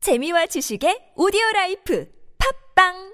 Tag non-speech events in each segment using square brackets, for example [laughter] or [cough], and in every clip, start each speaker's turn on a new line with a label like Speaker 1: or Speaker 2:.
Speaker 1: 재미와 지식의 오디오 라이프 팝빵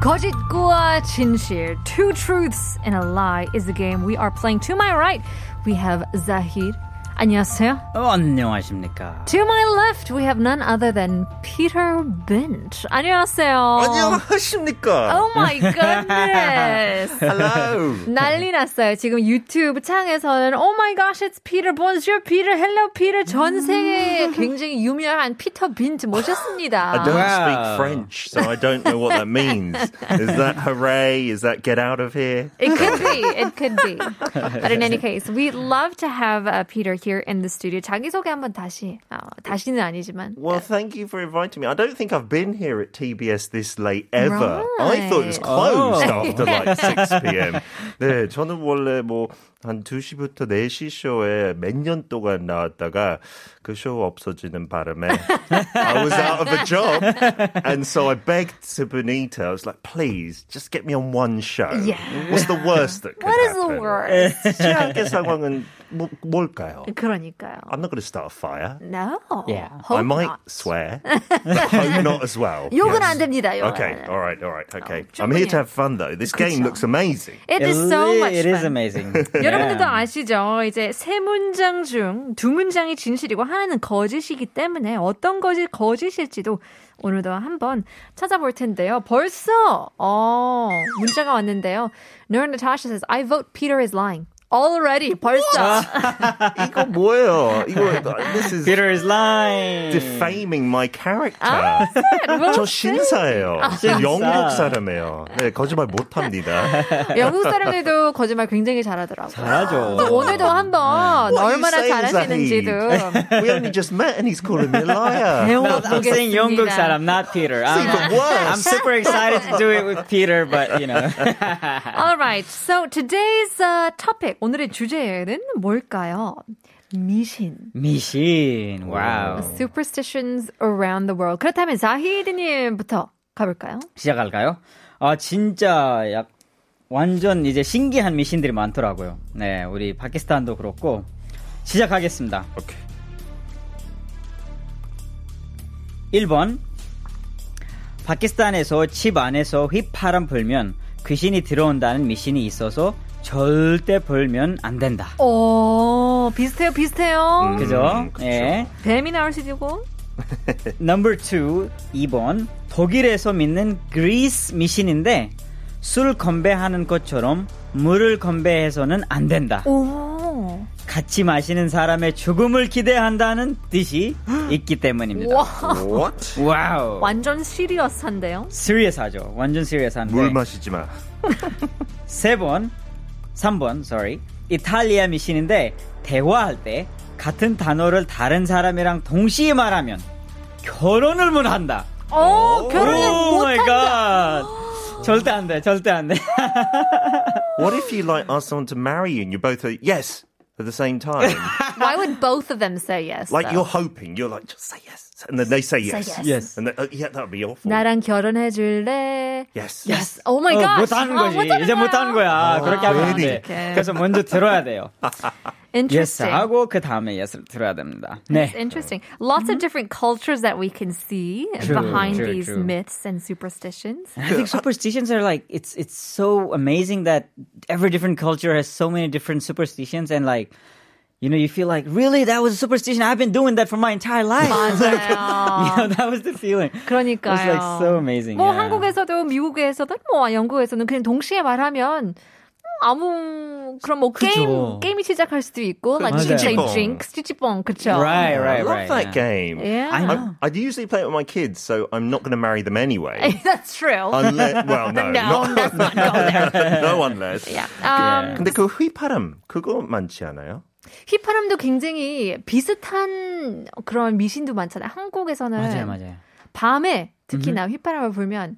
Speaker 2: 거짓과 진실, two truths and a lie is the game we are playing. To my right, we have Zahid. 안녕하세요.
Speaker 3: 어, 안녕하십니까.
Speaker 2: To my left, we have none other than Peter Bint. 안녕하세요.
Speaker 4: 안녕하십니까.
Speaker 2: Um, Oh my goodness. [laughs]
Speaker 4: Hello.
Speaker 2: 난리 났어요. 지금 유튜브 창에서는 Oh my gosh, it's Peter Bonjour, Peter, Hello, Peter. 전 세계에 굉장히 유명한 피터 빈트 모셨습니다.
Speaker 4: I don't
Speaker 3: Wow.
Speaker 4: speak French, so I don't know what that means. Is that hooray? Is that get out of here?
Speaker 2: It could be. It could be. But
Speaker 3: [laughs]
Speaker 2: in any case, we love to have uh, Peter here in the studio. 자기소개 한번 다시. 어, 다시는 아니지만.
Speaker 4: Well, thank you for inviting me. I don't think I've been here at TBS this late ever. I thought it was
Speaker 2: Right.
Speaker 4: closed
Speaker 3: Oh.
Speaker 2: [laughs]
Speaker 4: after like 6 p.m. 네, 저는 원래 뭐한 2시부터 4시 쇼에 몇 년 동안 나왔다가 그 쇼 없어지는 바람에 I was out of a job. And so I begged to Benita, I was like, please, just get me on one show.
Speaker 2: Yeah.
Speaker 4: What's the worst that could
Speaker 2: What is the
Speaker 4: happen?
Speaker 2: worst?
Speaker 4: 최악의 상황은 뭐, 뭘까요?
Speaker 2: 그러니까요.
Speaker 4: I'm not going to start a fire.
Speaker 2: No.
Speaker 3: Yeah.
Speaker 2: Hope
Speaker 4: I might
Speaker 2: not. [laughs]
Speaker 4: swear, but hope not as well.
Speaker 2: 욕은 안
Speaker 4: Yes.
Speaker 2: 됩니다. 욕은 안
Speaker 4: Okay,
Speaker 2: 돼요.
Speaker 4: all right, all right, okay.
Speaker 2: Oh,
Speaker 4: I'm here to
Speaker 2: 충분해요.
Speaker 4: have fun though. This game looks amazing. [laughs]
Speaker 2: It is so much
Speaker 3: It is
Speaker 2: fun. [laughs]
Speaker 3: amazing.
Speaker 2: 여러분들도
Speaker 3: Yeah.
Speaker 2: 아시죠? 이제 세 문장 중 두 문장이 진실이고 하나는 거짓이기 때문에 어떤 것이 거짓일지도 오늘도 한번 찾아볼 텐데요. 벌써 어, 문자가 왔는데요. No, Natasha says, I vote Peter is lying. Already, 벌써.
Speaker 4: 이거 뭐예요? 이거 this is
Speaker 3: Peter is lying.
Speaker 4: defaming my character.
Speaker 2: Oh,
Speaker 4: [laughs]
Speaker 2: Well,
Speaker 4: 저 신사예요.
Speaker 2: [laughs]
Speaker 3: 신사.
Speaker 4: 영국 사람이에요. 네, 거짓말 못 합니다.
Speaker 2: 영국 사람들도 거짓말 굉장히 잘하더라고요.
Speaker 3: 잘하죠.
Speaker 2: 오늘도 한번
Speaker 4: What are you
Speaker 2: 얼마나
Speaker 4: saying,
Speaker 2: 잘하시는지도
Speaker 4: We only just met and he's calling me
Speaker 2: [laughs]
Speaker 4: a liar.
Speaker 3: No, I'm saying 영국 사람, not Peter. I'm,
Speaker 4: even worse.
Speaker 3: I'm super excited to do it with Peter, but you know.
Speaker 2: All right. So today's uh, topic 오늘의 주제는 뭘까요? 미신.
Speaker 3: 미신. 와우.
Speaker 2: Superstitions around the world. 그렇다면 자히드님부터 가볼까요?
Speaker 3: 시작할까요? 아 진짜 약 완전 이제 신기한 미신들이 많더라고요. 네, 우리 파키스탄도 그렇고 시작하겠습니다.
Speaker 4: 오케이.
Speaker 3: 1번 파키스탄에서 집 안에서 휘파람 불면 귀신이 들어온다는 미신이 있어서 절대 불면 안 된다.
Speaker 2: 오, 어, 비슷해요,
Speaker 4: 음,
Speaker 2: 비슷해요.
Speaker 3: 그죠? 예.
Speaker 2: 뱀이 나올 수도 있고.
Speaker 3: 넘버 2 2번 독일에서 믿는 그리스 미신인데 술 건배하는 것처럼 물을 건배해서는 안 된다.
Speaker 2: 오.
Speaker 3: 같이 마시는 사람의 죽음을 기대한다는 뜻이 있기 때문입니다.
Speaker 2: 와,
Speaker 4: What?
Speaker 3: 와우.
Speaker 2: 완전 시리어스한데요?
Speaker 3: 시리어스하죠. 완전 시리어스한데.
Speaker 4: 물 마시지 마.
Speaker 3: 세 번, 3번, sorry. 이탈리아 미신인데 대화할 때 같은 단어를 다른 사람이랑 동시에 말하면 결혼을 못 한다.
Speaker 2: 오, 어, 결혼은
Speaker 3: 어, 오 마이
Speaker 2: 못한다.
Speaker 3: 갓. 절대 안 돼. 절대 안 돼.
Speaker 4: What if you like ask someone to marry you and you both are yes at the same time?
Speaker 2: Why would both of them say yes?
Speaker 4: like
Speaker 2: though?
Speaker 4: you're hoping, you're like just say yes, and then they say yes,
Speaker 2: yes.
Speaker 3: Yes.
Speaker 4: and then, oh, yeah, that'd be awful.
Speaker 2: 나랑 결혼해 줄래?
Speaker 4: yes,
Speaker 2: Yes. Oh my
Speaker 3: 어,
Speaker 2: gosh.
Speaker 3: 못 하는
Speaker 2: 아,
Speaker 3: 거지.
Speaker 2: 못하는
Speaker 3: 이제 못 하는 거야. 그렇게 하면 안 돼.
Speaker 2: 이렇게.
Speaker 3: 그래서 먼저 들어야 돼요. yes
Speaker 2: Interesting.
Speaker 3: 하고 그 다음에 yes를 들어야 됩니다. 네.
Speaker 2: It's interesting. Lots of different cultures that we can see
Speaker 3: Mm-hmm. True,
Speaker 2: behind
Speaker 3: true,
Speaker 2: these
Speaker 3: true.
Speaker 2: myths and
Speaker 3: [laughs]
Speaker 2: superstitions.
Speaker 3: I think superstitions are like it's it's so amazing that every different culture has so many different superstitions and like you know you feel like really that was a superstition I've been doing that for my entire [laughs] life. you know that was the feeling.
Speaker 2: 그러니까요.
Speaker 3: It's like so amazing.
Speaker 2: 뭐
Speaker 3: yeah.
Speaker 2: 한국에서도 미국에서도 뭐 영국에서는 그냥 동시에 말하면 아무 그런 뭐
Speaker 3: 그죠.
Speaker 2: 게임 게임이 시작할 수도 있고 like
Speaker 3: 맞아요.
Speaker 2: 진짜
Speaker 4: 찌찌뽕.
Speaker 2: drinks 찌찌뽕 그쵸?
Speaker 3: Right,
Speaker 4: I
Speaker 3: right,
Speaker 4: love
Speaker 3: right.
Speaker 4: that
Speaker 3: yeah.
Speaker 4: game.
Speaker 2: Yeah. [laughs] I
Speaker 3: know.
Speaker 4: I, I usually play it with my kids, so I'm not going to marry them
Speaker 2: [laughs]
Speaker 4: anyway.
Speaker 2: That's true.
Speaker 4: unless, well,
Speaker 2: [laughs] no,
Speaker 4: no, not,
Speaker 2: let's not
Speaker 3: [laughs]
Speaker 2: go there.
Speaker 4: [laughs] no, unless.
Speaker 2: Yeah.
Speaker 3: Yeah.
Speaker 2: Um,
Speaker 4: 근데 그 휘파람 그거 많지 않아요?
Speaker 2: 휘파람도 굉장히 비슷한 그런 미신도 많잖아요. 한국에서는
Speaker 3: 맞아요, 맞아요.
Speaker 2: 밤에 특히나 휘파람을 불면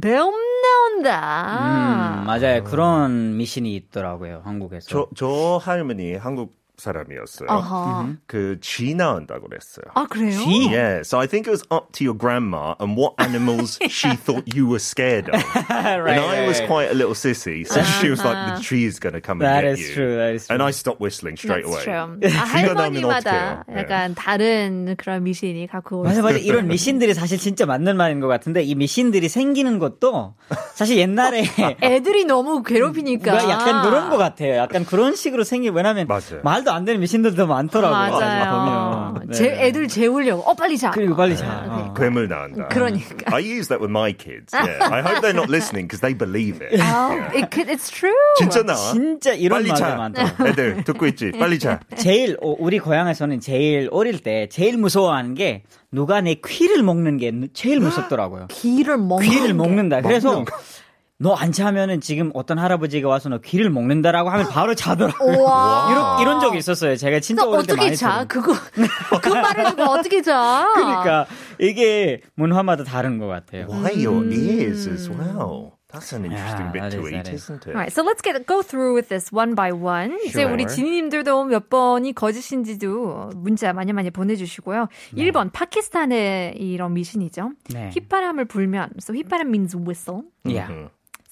Speaker 2: 배움 나온다. 아.
Speaker 3: 음, 맞아요. 그런 미신이 있더라고요, 한국에서.
Speaker 4: 저 저 할머니 한국 사람이었어요.
Speaker 2: 아하.
Speaker 4: 그 쥐 나온다고 그랬어요.
Speaker 2: 아 그래요?
Speaker 4: Yeah, so I think it was up to your grandma and what animals she thought you were scared of.
Speaker 2: 아, [laughs]
Speaker 3: right,
Speaker 4: and I was
Speaker 3: right.
Speaker 4: quite a little sissy, so [laughs] she was like, "The tree is going to come
Speaker 3: That
Speaker 4: and
Speaker 3: is
Speaker 4: get you."
Speaker 3: true, that is
Speaker 4: And
Speaker 3: true.
Speaker 4: I stopped whistling straight
Speaker 2: Uh-huh. That's
Speaker 4: [laughs] away.
Speaker 2: true. 아,
Speaker 3: [laughs]
Speaker 4: 귀가 나면
Speaker 2: 할머니마다
Speaker 4: 어떡해요?
Speaker 2: 약간 다른 그런 미신이 갖고
Speaker 3: 네. 맞아
Speaker 2: 오는
Speaker 3: 맞아 이런 미신들이 사실 진짜 맞는 말인 것 같은데 이 미신들이 생기는 것도 사실
Speaker 2: [laughs]
Speaker 3: 옛날에
Speaker 2: 어, 애들이 너무 괴롭히니까
Speaker 3: 뭔가 약간 그런 것 같아요. 약간 그런 식으로 생기 왜냐면
Speaker 4: 맞아요.
Speaker 3: 말도 안 되는 미신들도 많더라고요. 사실
Speaker 2: 맞아요.
Speaker 3: 보면. 네.
Speaker 2: 제 애들 아, 네. 재우려고 어 빨리 자.
Speaker 3: 그리고 빨리 자. 어.
Speaker 4: 괴물 나온다.
Speaker 2: 그러니까.
Speaker 4: I use that with my kids. Yeah. I hope they're not listening because they believe it.
Speaker 2: 아, it, could- it's true.
Speaker 4: [laughs] 진짜 나와.
Speaker 3: 어. 진짜 이런
Speaker 4: 빨리
Speaker 3: 말도
Speaker 4: 자.
Speaker 3: 많다.
Speaker 4: [laughs] 애들 듣고 있지. 빨리 자.
Speaker 3: 제일 어, 우리 고향에서는 제일 어릴 때 제일 무서워하는 게 누가 내 귀를 먹는 게 제일 무섭더라고요.
Speaker 2: 귀를 먹는
Speaker 3: 귀를
Speaker 2: 게.
Speaker 3: 먹는다. 그래서 너 안 자면은 지금 어떤 할아버지가 와서 너 귀를 먹는다라고 하면 바로 자더라고요.
Speaker 2: 우와.
Speaker 3: 이런 이런 적이 있었어요. 제가 진짜
Speaker 2: 너
Speaker 3: 어릴 때
Speaker 2: 어. 어떻게
Speaker 3: 많이
Speaker 2: 자?
Speaker 3: 들은.
Speaker 2: 그거 그 말을 주고 어떻게 자?
Speaker 3: [laughs] 그러니까 이게 문화마다 다른 것 같아요.
Speaker 4: Why your ears as well? That's an
Speaker 3: Yeah,
Speaker 4: interesting bit
Speaker 3: that
Speaker 4: to
Speaker 3: is-
Speaker 4: eat,
Speaker 3: that is.
Speaker 4: isn't it?
Speaker 2: Alright, so let's get go through with this one by one. 이제
Speaker 3: 네. Sure.
Speaker 2: 우리 지니님들도 몇 번이 거짓인지도 문자 많이 많이 보내주시고요. 1번 파키스탄의 이런 미신이죠.
Speaker 3: 네.
Speaker 2: 휘파람을 불면, so 휘파람 means whistle.
Speaker 3: Yeah.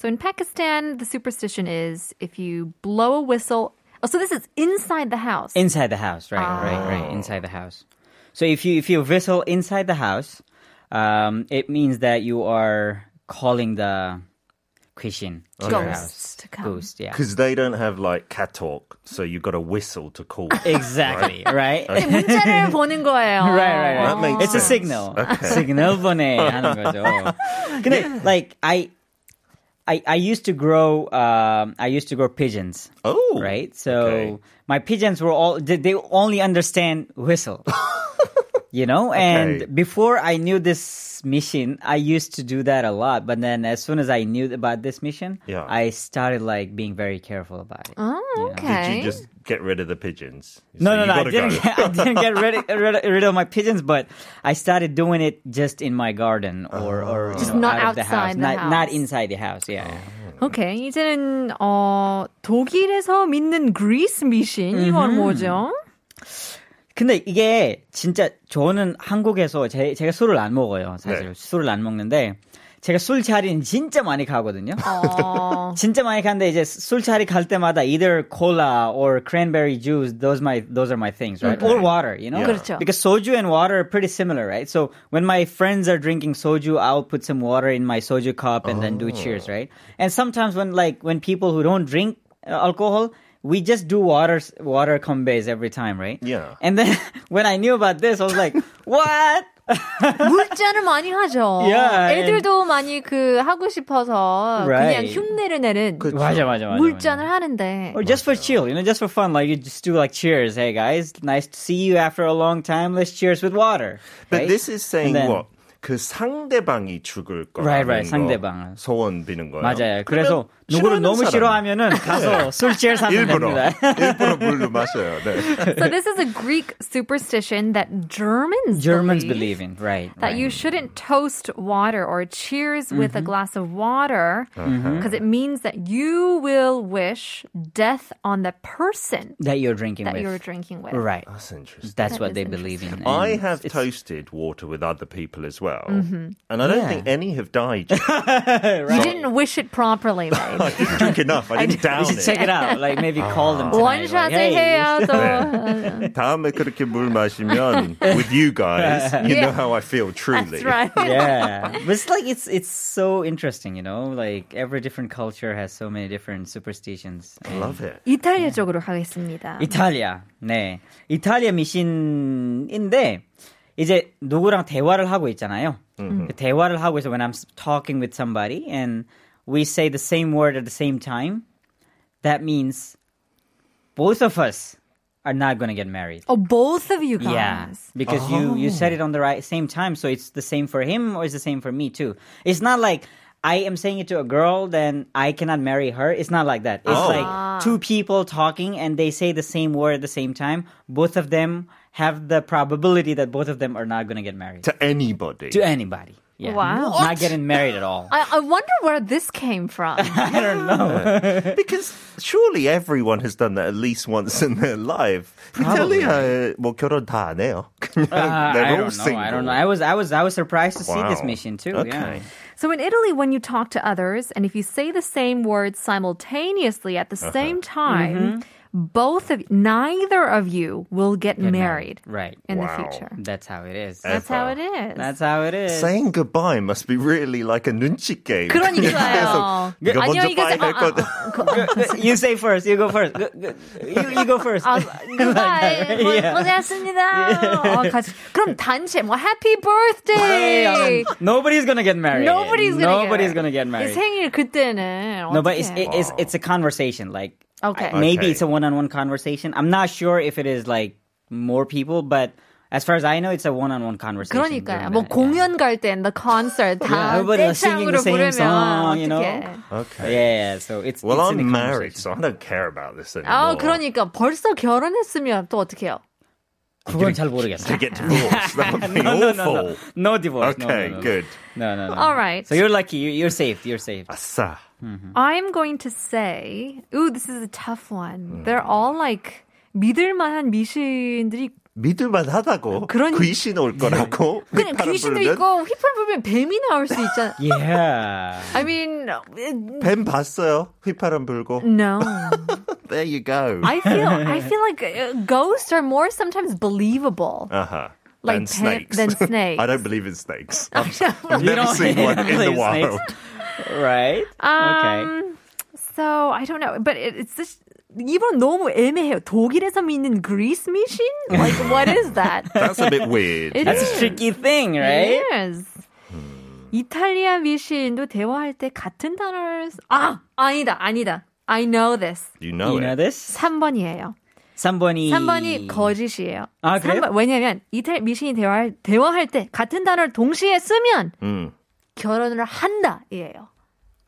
Speaker 2: So in Pakistan, the superstition is if you blow a whistle. Oh, so this is inside the house.
Speaker 3: Inside the house, right, right, right.
Speaker 2: 아.
Speaker 3: Inside the house. So if you if you whistle inside the house, um, it means that you are calling the Christian to your
Speaker 2: Ghosts
Speaker 3: house.
Speaker 2: to come.
Speaker 3: Ghost, yeah.
Speaker 4: Because they don't have like cat talk, so you've got to whistle to call.
Speaker 3: Exactly, [laughs] right? right,
Speaker 2: 네,
Speaker 3: [laughs]
Speaker 2: 문자를 보는 거예요.
Speaker 3: right, right.
Speaker 4: That makes
Speaker 3: It's a
Speaker 4: sense.
Speaker 3: signal. [laughs] Signal
Speaker 4: [laughs]
Speaker 3: 보내 하는 거죠. 근데 like I I I used to grow um I used to grow pigeons.
Speaker 4: Oh,
Speaker 3: right? So
Speaker 4: Okay.
Speaker 3: my pigeons were all they, they only understand
Speaker 4: [laughs]
Speaker 3: whistle. you know, and
Speaker 4: Okay.
Speaker 3: before I knew this mission, I used to do that a lot, but then as soon as I knew about this mission,
Speaker 4: Yeah.
Speaker 3: I started like being very careful about it.
Speaker 2: Oh,
Speaker 4: Did
Speaker 2: okay.
Speaker 4: you just get rid of the pigeons? You
Speaker 3: No, no,
Speaker 4: say, "You
Speaker 3: no! I
Speaker 4: gotta
Speaker 3: didn't.
Speaker 4: go."
Speaker 3: Get, I didn't get rid of, rid, of- rid of my pigeons, but I started doing it just in my garden or,
Speaker 4: Ah.
Speaker 3: or you
Speaker 2: Just
Speaker 3: know,
Speaker 2: not
Speaker 3: out of the house,
Speaker 2: outside the
Speaker 3: not
Speaker 2: house.
Speaker 3: not inside the house. Yeah.
Speaker 4: Ah.
Speaker 2: 오케이. 이제는 어 독일에서 믿는 그리스 미신
Speaker 3: Mm-hmm.
Speaker 2: 이건 뭐죠?
Speaker 3: 근데 이게 진짜 저는 한국에서 제, 제가 술을 안 먹어요. 사실
Speaker 4: 네.
Speaker 3: 술을 안 먹는데 제가 술 자리는 진짜 많이 가거든요.
Speaker 2: 어.
Speaker 3: 진짜 많이 가는데 이제 술 자리 갈 때마다 either cola or cranberry juice those my those are my things right or water you know
Speaker 4: Yeah. 그렇죠.
Speaker 3: because soju and water are pretty similar right so when my friends are drinking soju I'll put some water in my soju cup and then do cheers right and sometimes when like when people who don't drink uh, alcohol we just do water water combes every time right
Speaker 4: Yeah.
Speaker 3: and then [laughs] when I knew about this I was like [laughs] what
Speaker 2: 물잔을 많이 하죠.
Speaker 3: Yeah,
Speaker 2: 애들도 많이 그 하고 싶어서 그냥
Speaker 3: Right.
Speaker 2: 흉내를 내는
Speaker 3: 맞아, 맞아, 맞아,
Speaker 2: 물잔을 하는데.
Speaker 3: [laughs] Or just for chill, you know, just for fun. Like you just do like cheers. Hey guys, nice to see you after a long time. Let's cheers with water.
Speaker 4: But
Speaker 3: right?
Speaker 4: this is saying
Speaker 3: And then-
Speaker 4: what? 그 상대방이 죽을 거
Speaker 3: Right, right,
Speaker 4: 아닌 거
Speaker 3: 상대방.
Speaker 4: 소원 비는 거예요.
Speaker 3: 맞아요. 그래서 누구를
Speaker 4: 그러면 싫어하는
Speaker 3: 너무
Speaker 4: 사람. [laughs]
Speaker 3: 싫어하면은 가서 술 cheers 하면
Speaker 4: 일부러
Speaker 3: 됩니다.
Speaker 4: [laughs] 일부러 물로 마셔요.
Speaker 3: [laughs]
Speaker 4: 네.
Speaker 2: So this is a Greek superstition that Germans
Speaker 3: Germans
Speaker 2: believe.
Speaker 3: believe in right. Mm-hmm.
Speaker 2: that you shouldn't toast water or cheers with a glass of water because it means that you will wish death on the person
Speaker 3: that you're drinking
Speaker 2: that
Speaker 3: with.
Speaker 2: you're drinking with.
Speaker 3: Right.
Speaker 4: That's interesting.
Speaker 3: That's
Speaker 2: is
Speaker 3: what they believe in.
Speaker 4: Ah, I
Speaker 3: And
Speaker 4: have
Speaker 3: it's-
Speaker 4: toasted water with other people as well,
Speaker 2: Mm-hmm.
Speaker 4: and I don't
Speaker 3: Yeah.
Speaker 4: think any have died. [laughs] yet.
Speaker 2: You didn't wish it properly,
Speaker 4: I
Speaker 2: babe.
Speaker 4: didn't drink enough.
Speaker 3: [laughs]
Speaker 4: I didn't down
Speaker 3: You should
Speaker 4: it.
Speaker 3: check it out. Like maybe call them.
Speaker 2: One
Speaker 3: tonight,
Speaker 2: shot
Speaker 3: like, [laughs] hey, [laughs]
Speaker 2: 해요.
Speaker 3: you
Speaker 2: So
Speaker 3: should-
Speaker 4: 다음에 그렇게 물 마시면 with you guys, you know how I feel truly.
Speaker 2: that's right.
Speaker 3: yeah, but it's like it's it's so interesting, you know. Like every different culture has so many different superstitions.
Speaker 4: Love it.
Speaker 2: 이탈리아 쪽으로 가겠습니다.
Speaker 3: 이탈리아. 네. 이탈리아 미신인데 이제 누구랑 대화를 하고 있잖아요. 그 대화를 하고 있어 when I'm talking with somebody and we say the same word at the same time. That means both of us are not going to get married.
Speaker 2: Oh, both of you guys.
Speaker 3: Yeah, because you you said it
Speaker 4: Oh.
Speaker 3: on the right same time, so it's the same for him or it's the same for me too. It's not like I am saying it to a girl, then I cannot marry her. It's not like that. It's
Speaker 4: Oh.
Speaker 3: like two people talking and they say the same word at the same time. Both of them have the probability that both of them are not going to get married
Speaker 4: To anybody.
Speaker 3: to anybody. Yeah.
Speaker 2: Wow.
Speaker 3: Not getting married at
Speaker 4: [laughs]
Speaker 3: all.
Speaker 2: I, I wonder where this came from.
Speaker 3: I don't know.
Speaker 4: Because surely everyone has done that at least once in their life. 이탈리아에 뭐 uh, 결혼 다 안 해요. [laughs] 그냥
Speaker 3: Uh,
Speaker 4: they're
Speaker 3: I
Speaker 4: all
Speaker 3: don't know.
Speaker 4: single.
Speaker 3: I don't know. I was I was I was surprised to see this
Speaker 4: Wow.
Speaker 3: mission too. Yeah.
Speaker 4: Okay.
Speaker 2: So in Italy, when you talk to others and if you say the same words simultaneously at the same time, both of neither of you will get married
Speaker 3: Right.
Speaker 2: in the
Speaker 4: Wow.
Speaker 2: future.
Speaker 3: That's how it is.
Speaker 2: That's how it is. [laughs]
Speaker 3: That's how it is.
Speaker 4: Saying goodbye must be really like a 눈치 게임. [laughs]
Speaker 2: 그러니까요.
Speaker 4: 네가 먼저
Speaker 2: 안녕히 가세요.
Speaker 4: 빠이를
Speaker 2: 아, 아,
Speaker 4: 거든.
Speaker 2: 아,
Speaker 3: [laughs] you say first. You go first. Go- go- You, you go first. [laughs]
Speaker 2: 아, goodbye. 고- 고생하셨습니다. 어, 같이. 그럼 단체 뭐 happy birthday.
Speaker 3: Nobody's gonna get married.
Speaker 2: Nobody's gonna
Speaker 3: Nobody's
Speaker 2: get,
Speaker 3: gonna get married.
Speaker 2: 이 생일 그때는
Speaker 3: No, but it's
Speaker 2: 어떡해.
Speaker 3: it, it's it's a conversation. Like
Speaker 2: Okay.
Speaker 3: I- maybe
Speaker 4: Okay.
Speaker 3: it's a one-on-one conversation. I'm not sure if it is like more people, but as far as I know, it's a one-on-one conversation.
Speaker 2: 그러니까요.
Speaker 3: during
Speaker 2: 뭐
Speaker 3: that, yeah.
Speaker 2: 공연 갈 땐 the concert
Speaker 3: Yeah,
Speaker 2: 다
Speaker 3: everybody was singing
Speaker 2: 떼창으로
Speaker 3: the same
Speaker 2: 부르면
Speaker 3: song, you know.
Speaker 2: 어떡해.
Speaker 3: Yeah,
Speaker 4: Okay.
Speaker 3: yeah. So it's
Speaker 4: Well,
Speaker 3: it's in a
Speaker 4: I'm married,
Speaker 3: conversation. Oh,
Speaker 4: so I don't care about this anymore.
Speaker 2: 아, 그러니까 벌써 결혼했으면 또 어떡해요?
Speaker 3: [laughs] 그건 잘 모르겠어요.
Speaker 4: To get divorced,
Speaker 3: [laughs]
Speaker 4: that would be
Speaker 3: No, no,
Speaker 4: awful.
Speaker 3: no, no, no divorce. No,
Speaker 4: Okay,
Speaker 3: no, no, no.
Speaker 4: good.
Speaker 3: No, no, no.
Speaker 2: All right.
Speaker 3: So you're lucky. You, you're safe.
Speaker 2: [laughs]
Speaker 3: You're safe.
Speaker 4: 아싸.
Speaker 2: 음. I'm going to say, ooh, this is a tough
Speaker 4: 음.
Speaker 2: one. They're all like 믿을만한 미신들이
Speaker 4: 믿을만 하다고.
Speaker 2: 그러니-
Speaker 4: 귀신 올 거라고.
Speaker 2: 그냥
Speaker 4: 바람
Speaker 2: 귀신도
Speaker 4: 불면
Speaker 2: 있고 휘파람 불면 뱀이 나올 수 [laughs] 있잖아.
Speaker 3: Yeah.
Speaker 2: I mean, it-
Speaker 4: 뱀 봤어요? 휘파람 불고.
Speaker 2: no.
Speaker 4: There you go.
Speaker 2: I feel I feel like uh, ghosts are more sometimes
Speaker 4: [laughs]
Speaker 2: believable.
Speaker 4: Uh-huh.
Speaker 2: Like
Speaker 4: than
Speaker 2: pe-
Speaker 4: snakes.
Speaker 2: than
Speaker 4: [laughs] I don't believe in
Speaker 2: [laughs]
Speaker 4: snakes. I've,
Speaker 3: You don't- [laughs]
Speaker 4: never seen
Speaker 3: you
Speaker 4: one
Speaker 3: don't
Speaker 4: in the
Speaker 3: believe snakes?
Speaker 4: wild.
Speaker 3: Right. okay.
Speaker 2: Um, So I don't know, but it, it's just. 이번 너무 애매해요. 독일에서 믿는 그리스 미신? Like what is
Speaker 4: [laughs]
Speaker 2: that?
Speaker 4: That's
Speaker 2: [laughs]
Speaker 4: a bit weird.
Speaker 2: It
Speaker 3: That's
Speaker 2: is.
Speaker 3: a tricky thing, right?
Speaker 4: 네?
Speaker 2: Yes.
Speaker 4: 음.
Speaker 2: 이탈리아 미신도 대화할 때 같은 단어를 쓰- 아 아니다 아니다 I know this
Speaker 4: You know
Speaker 3: you
Speaker 4: it.
Speaker 3: know this?
Speaker 2: 3번이에요
Speaker 3: Somebody.
Speaker 2: 3번이 거짓이에요
Speaker 3: 아, 그래요?
Speaker 2: 3번, 왜냐면 이탈 미신이 대화할, 대화할 때 같은 단어를 동시에 쓰면
Speaker 4: 음.
Speaker 2: 결혼을 한다 이에요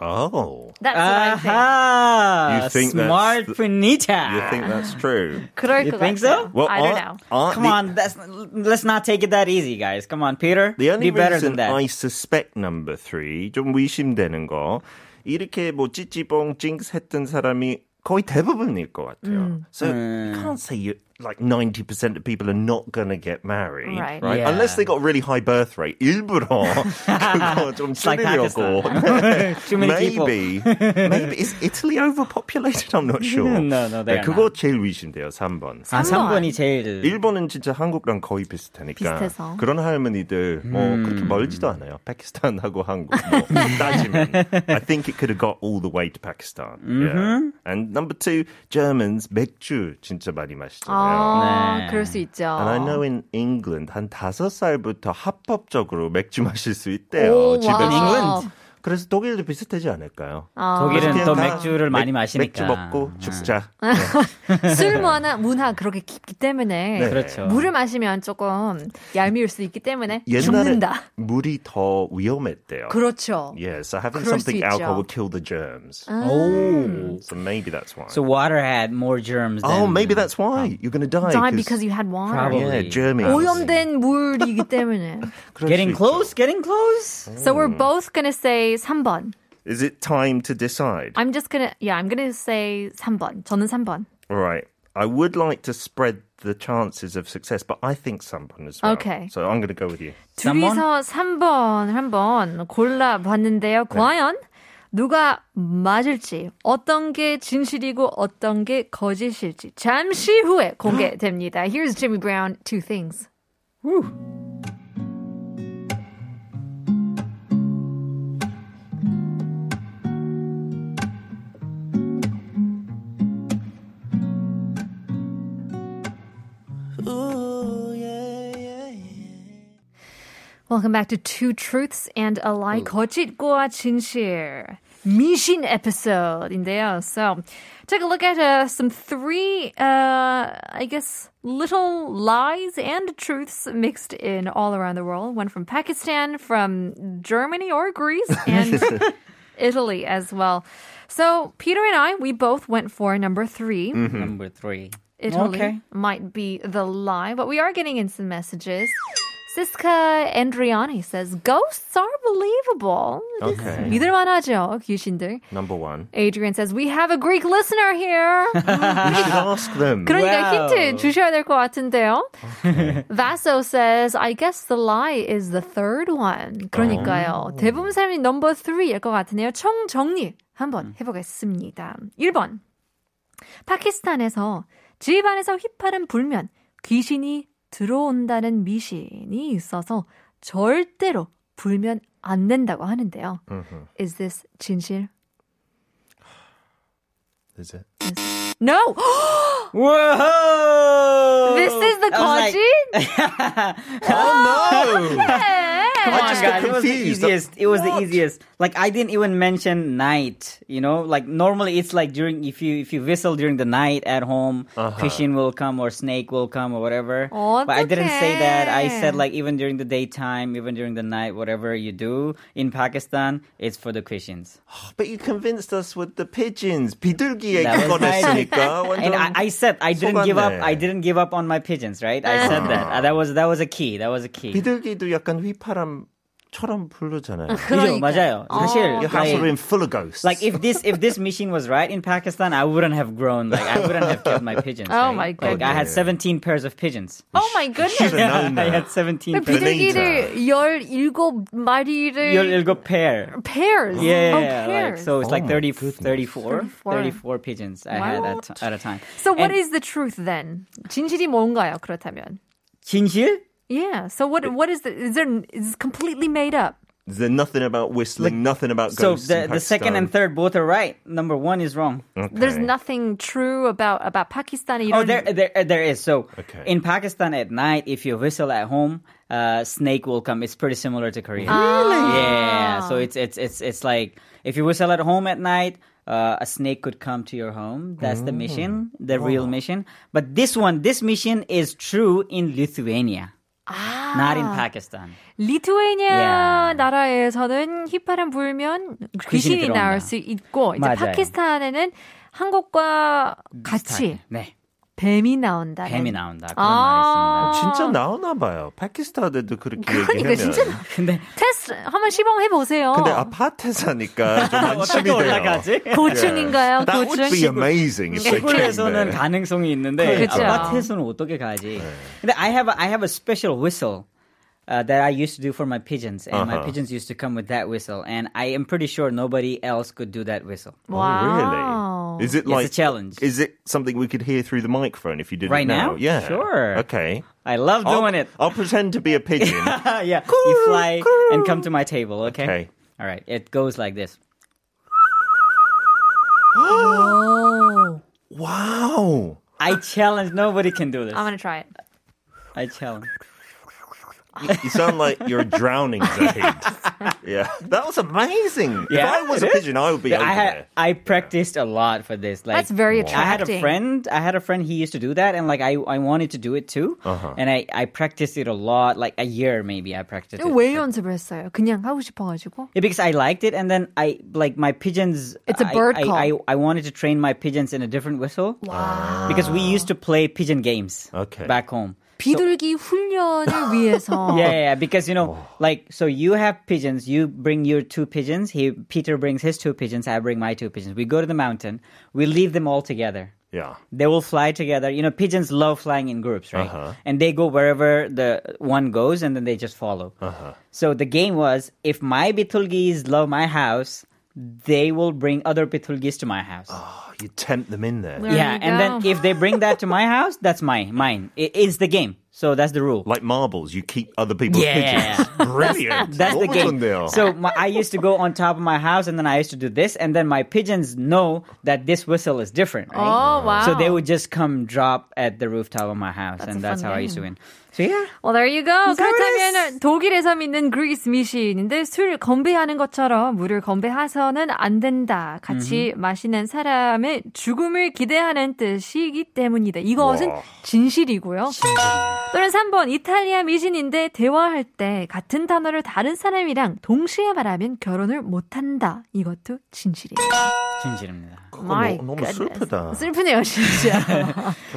Speaker 4: Oh.
Speaker 2: That's what I think
Speaker 3: Aha!
Speaker 4: You think that's
Speaker 3: Smart
Speaker 4: the-
Speaker 3: punita.
Speaker 4: You think that's true?
Speaker 2: 그럴
Speaker 3: you
Speaker 2: 것
Speaker 3: think
Speaker 2: 같아요
Speaker 3: so?
Speaker 4: Well,
Speaker 2: Ah.
Speaker 4: uh,
Speaker 2: I don't
Speaker 4: aren't-
Speaker 2: know
Speaker 4: aren't
Speaker 3: Come
Speaker 4: the-
Speaker 3: on, that's, let's not take it that easy, guys. Come on, Peter.
Speaker 4: The only
Speaker 3: be better
Speaker 4: reason
Speaker 3: than that.
Speaker 4: I suspect number three 좀 의심되는 거 이렇게 뭐 찌찌뽕 찡했던 사람이 거의 대부분일 것 같아요. So you can't say you like 90% of people are not going to get married,
Speaker 2: Right.
Speaker 4: right?
Speaker 3: Yeah.
Speaker 4: Unless they got really high birth rate.
Speaker 3: [laughs]
Speaker 4: 일부러 그거 좀
Speaker 3: like
Speaker 4: 줄이려고.
Speaker 3: [laughs]
Speaker 4: [laughs]
Speaker 3: Too many people.
Speaker 4: maybe, maybe is Italy overpopulated? I'm not sure.
Speaker 3: [laughs] No, no, they
Speaker 4: 네,
Speaker 3: are
Speaker 4: 그거
Speaker 3: not.
Speaker 4: 제일 의심돼요. 3번.
Speaker 3: 아,
Speaker 2: 3번.
Speaker 3: 3번이 제일.
Speaker 4: 네. 일본은 진짜 한국랑 거의 비슷하니까
Speaker 2: 비슷해서.
Speaker 4: 그런 할머니들 뭐
Speaker 3: 음.
Speaker 4: 그렇게 멀지도 않아요. 파키스탄하고 한국
Speaker 3: [laughs]
Speaker 4: 뭐 따지면 I think it could have got all the way to Pakistan.
Speaker 3: 음.
Speaker 4: Yeah. And number two, Germans 맥주 진짜 많이 마시잖아요.
Speaker 2: 아
Speaker 3: 네.
Speaker 2: 그럴 수 있죠
Speaker 4: And I know in England 한 다섯 살부터 합법적으로 맥주 마실 수 있대요.
Speaker 2: 오,
Speaker 4: 집에서.
Speaker 2: 와우.
Speaker 3: 아.
Speaker 2: England?
Speaker 4: 그래서 독일도 비슷하지 않을까요?
Speaker 2: 아.
Speaker 3: 독일은 또
Speaker 4: 그냥 다
Speaker 3: 맥주를 많이
Speaker 4: 맥-
Speaker 3: 마시니까. 음.
Speaker 4: 맥주 먹고 죽자.
Speaker 2: [laughs] 아, 술 문화, 문화 그렇게 깊기 때문에
Speaker 4: 네.
Speaker 3: 그렇죠.
Speaker 2: 물을 마시면 조금 얄미울 수 있기 때문에
Speaker 4: 옛날에
Speaker 2: 죽는다.
Speaker 4: 물이 더 위험했대요.
Speaker 2: 그렇죠.
Speaker 4: Yeah, so having
Speaker 2: 그럴
Speaker 4: something
Speaker 2: 수 있죠.
Speaker 4: alcohol would kill the germs.
Speaker 2: Um,
Speaker 3: Oh.
Speaker 4: So maybe that's why.
Speaker 3: So water had more germs than.
Speaker 4: oh, maybe that's why you're going to die.
Speaker 2: Die because you had wine.
Speaker 3: Probably.
Speaker 4: yeah, Germany.
Speaker 2: 오염된 물이기 때문에.
Speaker 3: Getting close, getting close.
Speaker 2: So we're
Speaker 4: 음.
Speaker 2: both gonna say 3번.
Speaker 4: Is it time to decide?
Speaker 2: I'm just gonna, yeah, I'm gonna say 3번. 저는 3번.
Speaker 4: All right. I would like to spread the chances of success, but I think someone as well.
Speaker 2: Okay.
Speaker 4: So I'm going to go with you.
Speaker 2: 둘이서 3번 한번 골라봤는데요. 과연 누가 맞을지, 어떤 게 진실이고 어떤 게 거짓일지 잠시 후에 공개됩니다. Here's Jimmy Brown, Two Things. Welcome back to Two Truths and a Lie. 거짓과 진실. 미신 episode인데요. So, take a look at uh, some three, uh, I guess, little lies and truths mixed in all around the world. One from Pakistan, from Germany or Greece, and Italy as well. So, Peter and I, we both went for number 3
Speaker 4: Mm-hmm.
Speaker 3: Number three.
Speaker 2: Italy
Speaker 3: Okay.
Speaker 2: might be the lie, but we are getting in some messages. Siska Andriani says, Ghosts are believable. [laughs]
Speaker 4: Okay.
Speaker 2: 믿을만하죠, 귀신들.
Speaker 4: [laughs] Number one.
Speaker 2: [laughs] Adrian says, We have a Greek listener here.
Speaker 4: You should ask them.
Speaker 2: 그러니까
Speaker 3: Wow.
Speaker 2: 힌트 주셔야 될 것
Speaker 3: [laughs]
Speaker 2: 같은데요. Vaso says, I guess the lie is the third one. 그러니까요.
Speaker 3: 어.
Speaker 2: 대부분 사람이 넘버 3일 것 같으네요. 총 정리
Speaker 3: 음.
Speaker 2: 한번 해보겠습니다. 1번. 파키스탄에서 집안에서 휘파람 불면 귀신이 들어온다는 미신이 있어서 절대로 불면 안 된다고 하는데요. Is this 진실?
Speaker 4: Is it?
Speaker 2: No! [gasps]
Speaker 3: Whoa!
Speaker 2: This is the
Speaker 3: I was like,
Speaker 2: 거짓?
Speaker 4: Oh no!
Speaker 3: [laughs]
Speaker 4: [laughs]
Speaker 3: Come
Speaker 4: I
Speaker 3: on,
Speaker 4: just got
Speaker 3: guys. It was the
Speaker 4: confused.
Speaker 3: easiest. It was the easiest. Like I didn't even mention night. You know, like normally it's like during if you if you whistle during the night at home,
Speaker 4: Uh-huh.
Speaker 3: Christian will come or snake will come or whatever.
Speaker 2: Oh,
Speaker 3: but I didn't say that. I said
Speaker 2: okay.
Speaker 3: like even during the daytime, even during the night, whatever you do in Pakistan, it's for the Christians.
Speaker 4: But you convinced us with the pigeons. 비둘기 얘기
Speaker 3: That was my
Speaker 4: 꺼냈으니까.
Speaker 3: And I, I said I didn't give up.
Speaker 4: 속았네.
Speaker 3: I didn't give up on my pigeons, right? I said that.
Speaker 4: Ah.
Speaker 3: Uh, that was that was a key. That was a key.
Speaker 4: 비둘기도 약간 휘파람처럼 부르잖아요.
Speaker 3: 그죠? 맞아요. 사실
Speaker 2: Oh,
Speaker 4: Your house
Speaker 3: like-
Speaker 4: are in full of ghosts.
Speaker 3: Like if this if
Speaker 2: [laughs]
Speaker 3: this mission was right in Pakistan, I wouldn't have grown. Like I wouldn't have kept my pigeons.
Speaker 2: [laughs] Oh
Speaker 3: right?
Speaker 2: my
Speaker 3: Like I had
Speaker 4: goodness.
Speaker 3: 17 pairs of pigeons. [laughs]
Speaker 2: Oh my goodness.
Speaker 4: should have known
Speaker 3: I
Speaker 4: that.
Speaker 3: had 17
Speaker 2: 그럼
Speaker 3: pairs.
Speaker 2: 비둘기를 17마리를
Speaker 3: You'll, you'll go pair.
Speaker 2: pairs.
Speaker 3: Yeah,
Speaker 2: oh,
Speaker 3: like,
Speaker 2: pairs.
Speaker 3: so it's
Speaker 4: Oh
Speaker 3: like
Speaker 4: my
Speaker 3: 30,
Speaker 4: goodness.
Speaker 3: 34,
Speaker 2: 34.
Speaker 3: 34 pigeons I had at, at a time.
Speaker 2: So what
Speaker 3: And-
Speaker 2: is the truth then? 진실이 뭔가요? 그렇다면.
Speaker 3: Chinchil?
Speaker 2: Yeah. So
Speaker 3: 그
Speaker 2: what what is the is there is it completely made up?
Speaker 4: There's nothing about whistling, nothing about
Speaker 3: So
Speaker 4: ghosts.
Speaker 3: the,
Speaker 4: in
Speaker 3: the second and
Speaker 4: Pakistan.
Speaker 3: third both are right. Number one is wrong.
Speaker 2: There's
Speaker 4: Okay.
Speaker 2: nothing true about about Pakistani.
Speaker 3: Oh, there, there, there is. So
Speaker 4: Okay.
Speaker 3: in Pakistan at night, if you whistle at home, uh, snake will come. It's pretty similar to Korea. Really? Yeah. So it's it's it's it's like if you whistle at home at night, uh, a snake could come to your home. That's the mission, the real mission. But this one, this mission is true in Lithuania, not in Pakistan.
Speaker 2: 리투아니아
Speaker 3: Yeah.
Speaker 2: 나라에서는 휘파람 불면
Speaker 3: 귀신이
Speaker 2: 귀신이 나올
Speaker 3: 들어온다.
Speaker 2: 수 있고 이제
Speaker 3: 맞아요.
Speaker 2: 파키스탄에는 한국과 같이
Speaker 3: 네.
Speaker 2: 뱀이 나온다는
Speaker 3: 뱀이 나온다. 그런
Speaker 2: 아.
Speaker 3: 말이 있습니다.
Speaker 4: 진짜 나오나 봐요. 파키스탄에도 그렇게
Speaker 2: 그러니까
Speaker 4: 얘기하면.
Speaker 2: 진짜
Speaker 3: 근데
Speaker 2: 테스트 한번 시범해 보세요.
Speaker 4: 근데 아파트 사니까 좀
Speaker 3: [laughs] 어떻게
Speaker 4: 안심이 돼요.
Speaker 3: 올라가지?
Speaker 2: 고충인가요?
Speaker 4: That would be
Speaker 2: 고충?
Speaker 4: amazing if they
Speaker 3: 시골에서는
Speaker 4: came
Speaker 3: 가능성이 있는데
Speaker 2: 그렇죠.
Speaker 3: 아파트에서는 어떻게 가지? 근데 I have a, I have a special whistle. Uh, that I used to do for my pigeons, and my
Speaker 4: Uh-huh.
Speaker 3: pigeons used to come with that whistle, and I am pretty sure nobody else could do that whistle.
Speaker 4: Oh,
Speaker 2: 와우.
Speaker 4: really? Is
Speaker 3: It's
Speaker 4: it like
Speaker 3: a challenge.
Speaker 4: Is it something we could hear through the microphone if you did
Speaker 3: Right
Speaker 4: it
Speaker 3: now?
Speaker 4: now? Yeah.
Speaker 3: Sure.
Speaker 4: Okay.
Speaker 3: I love
Speaker 4: I'll,
Speaker 3: doing it. [laughs]
Speaker 4: I'll pretend to be a pigeon.
Speaker 3: yeah, you fly and come to my table, okay?
Speaker 4: Okay.
Speaker 3: All right, it goes like this.
Speaker 4: wow.
Speaker 3: I challenge nobody can do this.
Speaker 2: I'm gonna try it.
Speaker 3: I challenge.
Speaker 4: You sound like you're drowning,
Speaker 3: [laughs]
Speaker 4: Zahid. yeah. That was amazing.
Speaker 3: Yeah,
Speaker 4: if I was a
Speaker 3: it is.
Speaker 4: pigeon, I would be over
Speaker 3: I
Speaker 4: there.
Speaker 3: had I practiced a lot for this. Like
Speaker 2: That's very
Speaker 3: I had
Speaker 2: attracting.
Speaker 3: a friend. I had a friend. He used to do that, and like I, I wanted to do it too. And I, I practiced it a lot, like a year maybe. I practiced it
Speaker 2: 왜 연습을 했어요? 그냥 하고 싶어가지고.
Speaker 3: Yeah, because I liked it, and then I like my pigeons.
Speaker 2: It's a
Speaker 3: I-
Speaker 2: bird
Speaker 3: I,
Speaker 2: call.
Speaker 3: I, I wanted to train my pigeons in a different whistle. Wow. Because we used to play pigeon games.
Speaker 4: Okay.
Speaker 3: Back home.
Speaker 2: 비둘기 훈련을 [laughs] 위해서.
Speaker 3: Yeah, yeah, yeah, because you know, like, so you have pigeons. You bring your two pigeons. He, Peter brings his two pigeons. I bring my two pigeons. We go to the mountain. We leave them all together.
Speaker 4: Yeah.
Speaker 3: they will fly together. You know, pigeons love flying in groups, right?
Speaker 4: Uh-huh.
Speaker 3: And they go wherever the one goes, and then they just follow.
Speaker 4: Uh-huh.
Speaker 3: So the game was: if my bitulgis love my house, they will bring other bitulgis to my house.
Speaker 4: Oh, you tempt them in there.
Speaker 2: There
Speaker 3: yeah,
Speaker 2: you
Speaker 3: and then
Speaker 2: go.
Speaker 3: if they bring that to my house, that's my mine. It is the game. So that's the rule.
Speaker 4: Like marbles, you keep other people's
Speaker 3: Yeah.
Speaker 4: pigeons. Brilliant.
Speaker 3: That's the
Speaker 4: What was on
Speaker 3: game.
Speaker 4: there?
Speaker 3: So my, I used to go on top of my house, and then I used to do this, and then my pigeons know that this whistle is different. Right?
Speaker 2: Oh, wow.
Speaker 3: So they would just come drop at the rooftop of my house,
Speaker 2: That's a
Speaker 3: and that's
Speaker 2: fun
Speaker 3: how I used to win. So yeah,
Speaker 2: Well, there you go.
Speaker 3: how it
Speaker 2: 그렇다면 독일에서 믿는 그리스 미신인데 술을 건배하는 것처럼 물을 건배해서는 안 된다. 같이 마시는 사람의 죽음을 기대하는 뜻이기 때문이다. 이것은
Speaker 4: 와.
Speaker 2: 진실이고요. 또는 3번 이탈리아 미신인데 대화할 때 같은 단어를 다른 사람이랑 동시에 말하면 결혼을 못한다. 이것도 진실이에요.
Speaker 3: 진실입니다.
Speaker 4: 그거 뭐
Speaker 2: My
Speaker 4: 너, 너무
Speaker 2: goodness.
Speaker 4: 슬프다.
Speaker 2: 슬프네요, 진짜.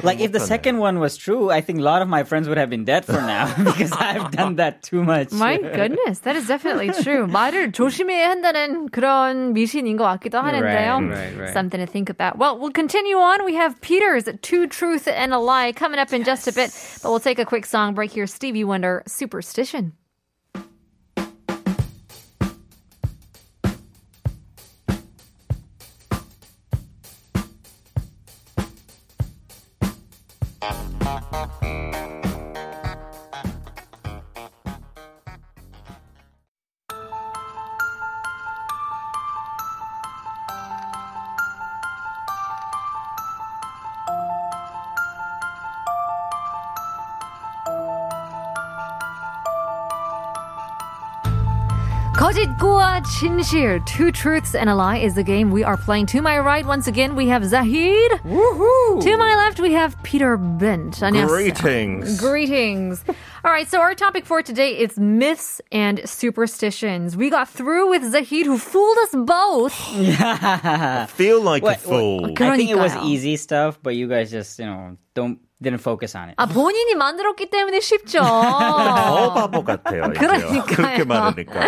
Speaker 3: Like if the
Speaker 4: 못하네.
Speaker 3: second one was true, I think a lot of my friends would have been dead for now [laughs] because I've done that too much. [laughs]
Speaker 2: My goodness, that is definitely true. 말을 조심해야 한다는 그런 미신인 것 같기도 하는데요.
Speaker 3: Right, right, right.
Speaker 2: Something to think about. Well, we'll continue on. We have Peter's Two Truth and a Lie coming up in just a bit, but we'll take a quick song break here. Stevie Wonder, Superstition. 거짓과 진실, Two Truths and a Lie is the game we are playing. To my right, once again, we have Zahid. Woohoo! To my left, we have Peter Bent.
Speaker 4: Greetings.
Speaker 2: Greetings. All right, so our topic for today is myths and superstitions. We got through with Zahid, who fooled us both.
Speaker 4: Feel
Speaker 3: What-
Speaker 4: like a
Speaker 3: what-
Speaker 4: fool.
Speaker 3: I think it was
Speaker 2: 그러니까요.
Speaker 3: easy stuff, but you guys just you know don't didn't focus on it.
Speaker 2: 아, 본인이 만들었기 때문에 [laughs] 쉽죠.
Speaker 4: 더 바보 같아요. 이제요.
Speaker 2: 그러니까요.
Speaker 4: 그렇게 말하니까.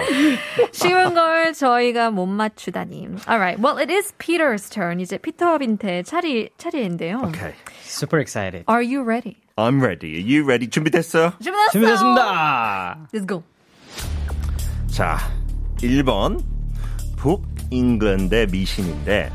Speaker 2: 쉬운 걸 저희가 못 맞추다니. All right, well, it is Peter's turn. 이제 피터 빈테 차례, 차례인데요.
Speaker 4: Okay.
Speaker 3: Super excited.
Speaker 2: Are you ready?
Speaker 4: I'm ready. Are you ready? 준비됐어요?
Speaker 2: 준비됐어요.
Speaker 3: 준비됐습니다.
Speaker 2: Let's go.
Speaker 4: 자, 1번 북잉글랜드 미신인데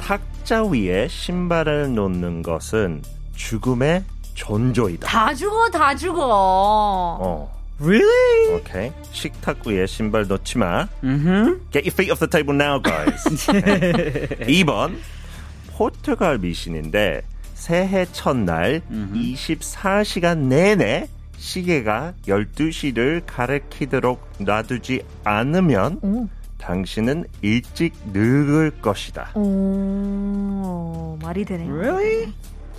Speaker 4: 탁자 위에 신발을 놓는 것은 죽음의 존조이다.
Speaker 2: 다 죽어, 다 죽어.
Speaker 4: 어.
Speaker 3: Really?
Speaker 4: 오케이. 식탁 위에 신발 놓지 마. Get your feet off the table now, guys. [laughs] 네. 2번. 포르투갈 미신인데 새해 첫날 24시간 내내 시계가 12시를 가리키도록 놔두지 않으면 당신은 일찍 늙을 것이다.
Speaker 2: 오, 말이 되네요.
Speaker 3: Really?